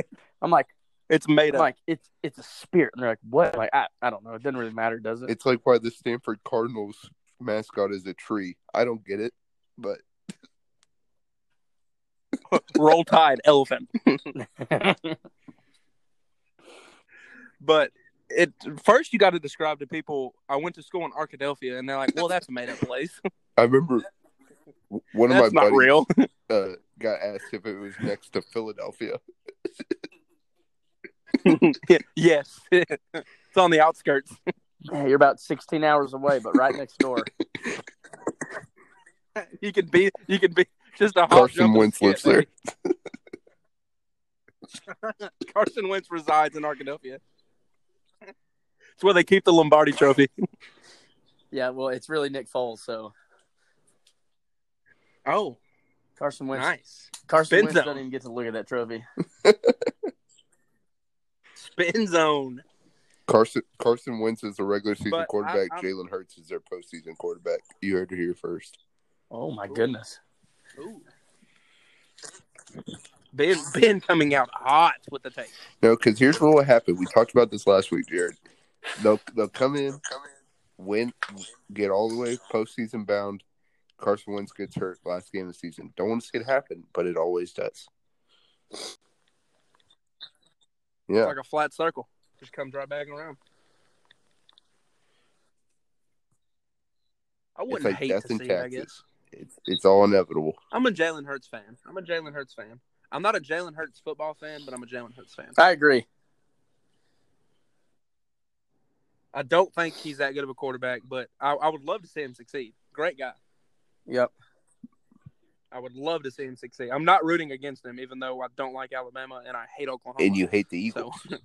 [SPEAKER 3] I'm like,
[SPEAKER 1] It's made
[SPEAKER 3] I'm
[SPEAKER 1] up.
[SPEAKER 3] like it's it's a spirit, and they're like, what? I'm like I, I don't know. It doesn't really matter, does it?
[SPEAKER 2] It's like why the Stanford Cardinals mascot is a tree. I don't get it, but
[SPEAKER 1] Roll Tide, elephant.
[SPEAKER 3] [laughs]
[SPEAKER 1] But it first you got to describe to people. I went to school in Arkadelphia, and they're like, "Well, that's a made up place.
[SPEAKER 2] I remember w- one of
[SPEAKER 1] that's
[SPEAKER 2] my
[SPEAKER 1] not
[SPEAKER 2] buddies
[SPEAKER 1] real."
[SPEAKER 2] Uh, got asked if it was next to Philadelphia. [laughs]
[SPEAKER 1] [laughs] yes, it's on the outskirts.
[SPEAKER 3] Yeah, you're about 16 hours away, but right next door.
[SPEAKER 1] You can be, you can be just a hop,
[SPEAKER 2] Carson
[SPEAKER 1] jump, and
[SPEAKER 2] Wentz
[SPEAKER 1] skip.
[SPEAKER 2] lives there.
[SPEAKER 1] [laughs] Carson Wentz resides in Arkadelphia. It's where they keep the Lombardi Trophy.
[SPEAKER 3] [laughs] yeah, well, it's really Nick Foles, so
[SPEAKER 1] Oh,
[SPEAKER 3] Carson Wentz.
[SPEAKER 1] nice
[SPEAKER 3] Carson
[SPEAKER 1] Spin
[SPEAKER 3] Wentz
[SPEAKER 1] zone.
[SPEAKER 3] doesn't even get to look at that trophy.
[SPEAKER 1] spin zone.
[SPEAKER 2] Carson Carson Wentz is the regular season
[SPEAKER 1] But I-
[SPEAKER 2] quarterback.
[SPEAKER 1] I'm-
[SPEAKER 2] Jalen Hurts is their postseason quarterback. You heard it here first.
[SPEAKER 3] Oh my
[SPEAKER 1] Ooh.
[SPEAKER 3] goodness.
[SPEAKER 1] Ooh. Ben, ben coming out hot with the take.
[SPEAKER 2] No, because here's what will happen. We talked about this last week, Jared. They'll they'll come in, win, get all the way postseason bound. Carson Wentz gets hurt last game of the season. Don't want to see it happen, but it always does.
[SPEAKER 1] It's
[SPEAKER 2] Yeah,
[SPEAKER 1] like a flat circle. Just comes right back around. I
[SPEAKER 2] it's
[SPEAKER 1] wouldn't
[SPEAKER 2] like
[SPEAKER 1] hate
[SPEAKER 2] death
[SPEAKER 1] to
[SPEAKER 2] in
[SPEAKER 1] see it, I guess.
[SPEAKER 2] taxes. It's it's all inevitable.
[SPEAKER 1] I'm a Jalen Hurts fan. I'm a Jalen Hurts fan. I'm not a Jalen Hurts football fan, but I'm a Jalen Hurts fan.
[SPEAKER 3] I agree.
[SPEAKER 1] I don't think he's that good of a quarterback, but I, I would love to see him succeed. Great guy.
[SPEAKER 3] Yep.
[SPEAKER 1] I would love to see him succeed. I'm not rooting against him, even though I don't like Alabama and I hate Oklahoma.
[SPEAKER 2] And you hate the Eagles.
[SPEAKER 1] So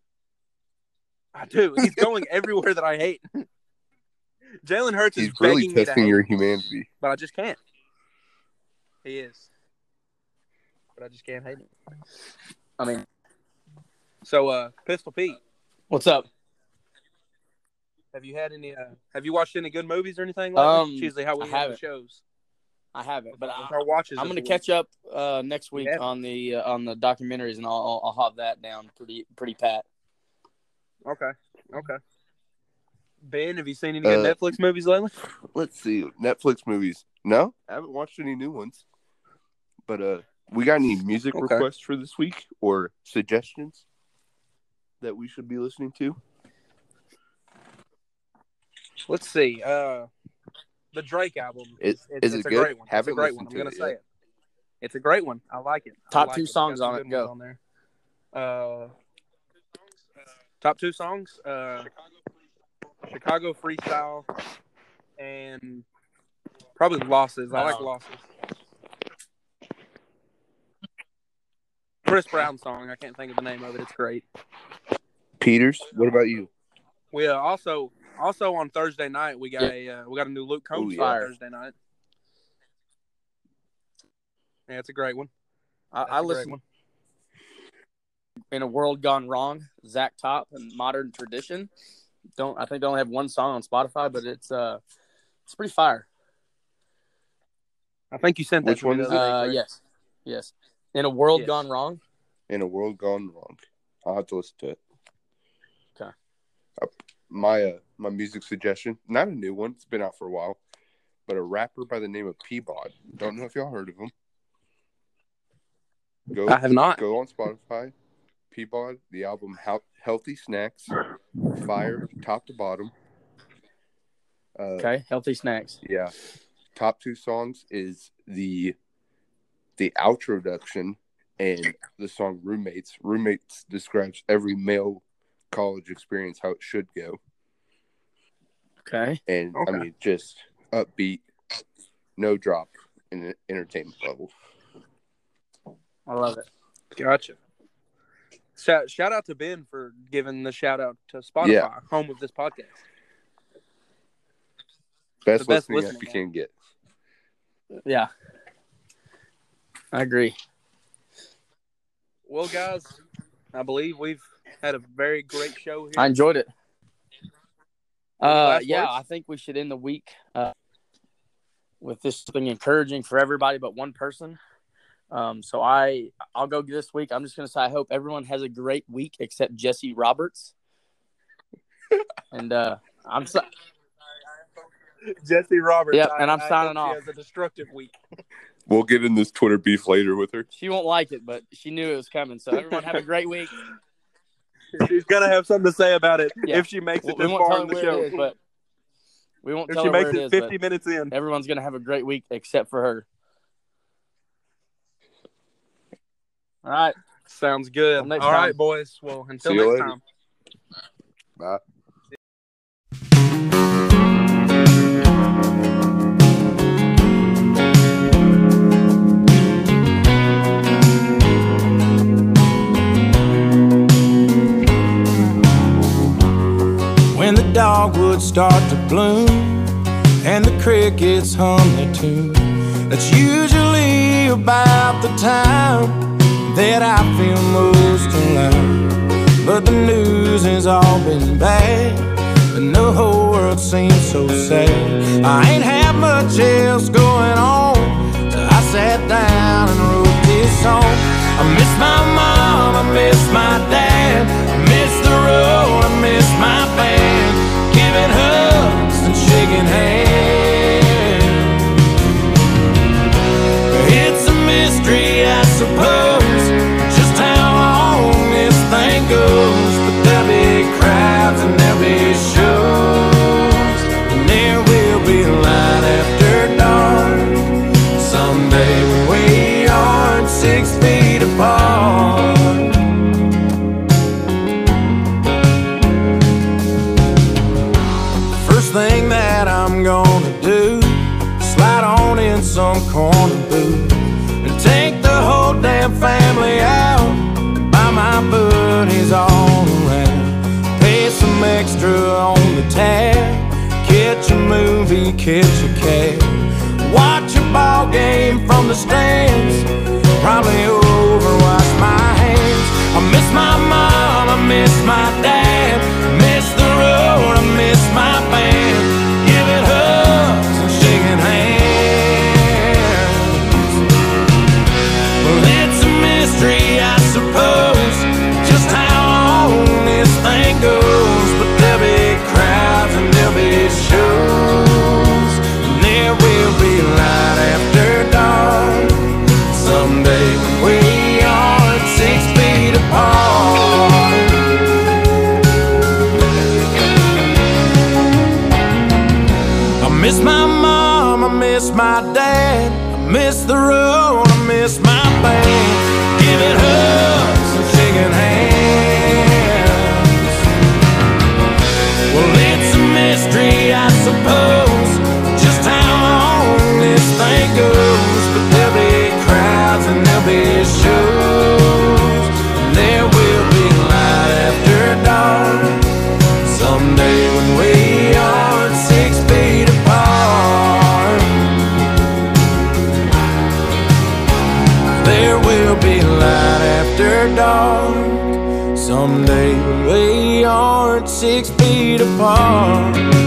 [SPEAKER 1] [laughs] I do. He's going [laughs] everywhere that I hate. Jalen Hurts
[SPEAKER 2] He's
[SPEAKER 1] is
[SPEAKER 2] really
[SPEAKER 1] begging me to
[SPEAKER 2] testing
[SPEAKER 1] hate,
[SPEAKER 2] your humanity.
[SPEAKER 1] but I just can't. He is, but I just can't hate him.
[SPEAKER 3] I mean,
[SPEAKER 1] So, uh, Pistol Pete,
[SPEAKER 3] what's up?
[SPEAKER 1] have you had any? Uh, have you watched any good movies or anything? Lately?
[SPEAKER 3] Um,
[SPEAKER 1] It's usually how we
[SPEAKER 3] I
[SPEAKER 1] end the
[SPEAKER 3] haven't.
[SPEAKER 1] shows.
[SPEAKER 3] I haven't, but I,
[SPEAKER 1] With our watches.
[SPEAKER 3] I'm
[SPEAKER 1] this
[SPEAKER 3] going to
[SPEAKER 1] week.
[SPEAKER 3] catch up uh, next week
[SPEAKER 1] Yeah.
[SPEAKER 3] on the uh, on the documentaries, and I'll, I'll I'll have that down pretty pretty pat.
[SPEAKER 1] Okay. Okay. Ben, have you seen any good
[SPEAKER 2] Uh,
[SPEAKER 1] Netflix movies lately?
[SPEAKER 2] Let's see. Netflix movies. No, I haven't watched any new ones. But uh we got any music
[SPEAKER 1] Okay.
[SPEAKER 2] requests for this week or suggestions that we should be listening to?
[SPEAKER 1] Let's see. Uh, the Drake album.
[SPEAKER 2] It-
[SPEAKER 1] it's,
[SPEAKER 2] is it
[SPEAKER 1] it's a
[SPEAKER 2] good?
[SPEAKER 1] great one. It's a
[SPEAKER 2] Haven't
[SPEAKER 1] great one. I'm
[SPEAKER 2] listened
[SPEAKER 1] gonna
[SPEAKER 2] to it
[SPEAKER 1] say
[SPEAKER 2] yet.
[SPEAKER 1] it. It's a great one. I like it. I
[SPEAKER 3] Top
[SPEAKER 1] like
[SPEAKER 3] two
[SPEAKER 1] it. It's
[SPEAKER 3] songs
[SPEAKER 1] got some
[SPEAKER 3] on it.
[SPEAKER 1] good ones
[SPEAKER 3] Go.
[SPEAKER 1] on there. Uh, top two songs. Uh, Chicago Freestyle and probably Losses. I like
[SPEAKER 3] Oh.
[SPEAKER 1] Losses. Chris Brown song. I can't think of the name of it. It's great.
[SPEAKER 2] Peters, what about you?
[SPEAKER 1] We uh, also also on Thursday night we got a uh, we got a new Luke Combs
[SPEAKER 2] Ooh,
[SPEAKER 1] song
[SPEAKER 3] yeah.
[SPEAKER 1] Thursday night. Yeah, it's a great one.
[SPEAKER 3] I,
[SPEAKER 1] That's
[SPEAKER 3] I
[SPEAKER 1] a great
[SPEAKER 3] listen
[SPEAKER 1] one.
[SPEAKER 3] in a world gone wrong, Zach Top and Modern Tradition. Don't I think they only have one song on Spotify, but it's uh it's pretty fire.
[SPEAKER 1] I think you sent that
[SPEAKER 2] Which
[SPEAKER 1] to me
[SPEAKER 2] one
[SPEAKER 1] the
[SPEAKER 2] is
[SPEAKER 1] other day,
[SPEAKER 3] Uh,
[SPEAKER 1] correct?
[SPEAKER 3] yes, yes. In a world
[SPEAKER 1] Yes.
[SPEAKER 3] gone wrong,
[SPEAKER 2] In a world gone wrong. I'll have to listen to it.
[SPEAKER 3] Okay.
[SPEAKER 2] Uh, my uh, my music suggestion, not a new one, it's been out for a while, but a rapper by the name of Peabod. Don't know if y'all heard of him. Go
[SPEAKER 1] I have not.
[SPEAKER 2] go on Spotify, Peabod, the album Hel- Healthy Snacks, fire top to bottom. Uh,
[SPEAKER 3] Okay, healthy snacks.
[SPEAKER 2] Yeah. Top two songs is the the outroduction and the song Roommates. Roommates describes every male college experience how it should go.
[SPEAKER 3] Okay,
[SPEAKER 2] And I
[SPEAKER 1] Okay.
[SPEAKER 2] mean just upbeat, no drop in the entertainment level.
[SPEAKER 3] I love it.
[SPEAKER 1] Gotcha. Shout, shout out to Ben for giving the shout out to Spotify,
[SPEAKER 2] Yeah.
[SPEAKER 1] home of this podcast.
[SPEAKER 2] Best,
[SPEAKER 1] The best
[SPEAKER 2] listening,
[SPEAKER 1] listening
[SPEAKER 2] app you can get.
[SPEAKER 3] Yeah, I agree.
[SPEAKER 1] Well, guys, I believe we've had a very great show here.
[SPEAKER 3] I enjoyed it. Uh,
[SPEAKER 1] Last
[SPEAKER 3] yeah,
[SPEAKER 1] words?
[SPEAKER 3] I think we should end the week uh, with this something encouraging for everybody but one person. Um, so I I'll go this week. I'm just gonna say I hope everyone has a great week except
[SPEAKER 1] [laughs]
[SPEAKER 3] Jesse Roberts. and uh, I'm so-
[SPEAKER 1] Jesse Roberts.
[SPEAKER 3] Yep, and
[SPEAKER 1] I-
[SPEAKER 3] I'm
[SPEAKER 1] I
[SPEAKER 3] signing
[SPEAKER 1] think she
[SPEAKER 3] off.
[SPEAKER 1] has a destructive week.
[SPEAKER 2] We'll get in this Twitter beef later with her.
[SPEAKER 3] she won't like it, but she knew it was coming. So everyone have a
[SPEAKER 1] [laughs]
[SPEAKER 3] great week.
[SPEAKER 1] She's gonna have something to say about it
[SPEAKER 3] Yeah.
[SPEAKER 1] if she makes
[SPEAKER 3] We
[SPEAKER 1] it this
[SPEAKER 3] won't
[SPEAKER 1] far
[SPEAKER 3] tell
[SPEAKER 1] in
[SPEAKER 3] her
[SPEAKER 1] the
[SPEAKER 3] where it is,
[SPEAKER 1] show.
[SPEAKER 3] but we won't
[SPEAKER 1] If
[SPEAKER 3] tell
[SPEAKER 1] she
[SPEAKER 3] her where
[SPEAKER 1] makes
[SPEAKER 3] it
[SPEAKER 1] it
[SPEAKER 3] is. But
[SPEAKER 1] 50 minutes in,
[SPEAKER 3] everyone's gonna have a great week except for her. All right.
[SPEAKER 1] sounds good. All
[SPEAKER 3] Till
[SPEAKER 1] right,
[SPEAKER 3] next time.
[SPEAKER 1] boys. Well, until
[SPEAKER 2] See you
[SPEAKER 1] next
[SPEAKER 2] later.
[SPEAKER 1] time.
[SPEAKER 2] Bye.
[SPEAKER 5] when the dogwood start to bloom and the crickets hum their tune. That's usually about the time that I feel most alone. But the news has all been bad, and the whole world seems so sad. I ain't had much else going on, so I sat down and wrote this song. I miss my mom, I miss my dad, I miss the road, I miss my band, giving hugs and shaking hands. It's a mystery, I suppose, just how long this thing goes. But there'll be crowds and there'll be shows, and there will be light after dark. Someday when we aren't six feet apart. First thing that I'm gonna do, slide on in some corner booth and take the whole damn family out. and Buy my buddies all around, pay some extra on the tab, catch a movie, catch a cab, watch a ball game from the stands, probably overwash my hands. I miss my mom, I miss my dad, miss the road, I miss my band, giving hugs and shaking hands. Well, it's a mystery, I suppose, just how long this thing goes. But there'll be crowds and there'll be shows, and there will be light after dark. Someday when we are six feet apart. I miss my mom, I miss my dad, I miss the road, I miss my band. Giving hugs and shaking hands. Well, it's a mystery, I suppose, just how long this thing goes. But there'll be crowds and there'll be shows, and there will be light after dark. Someday when we are six feet apart, there will be light after dark. Someday when we aren't six feet apart.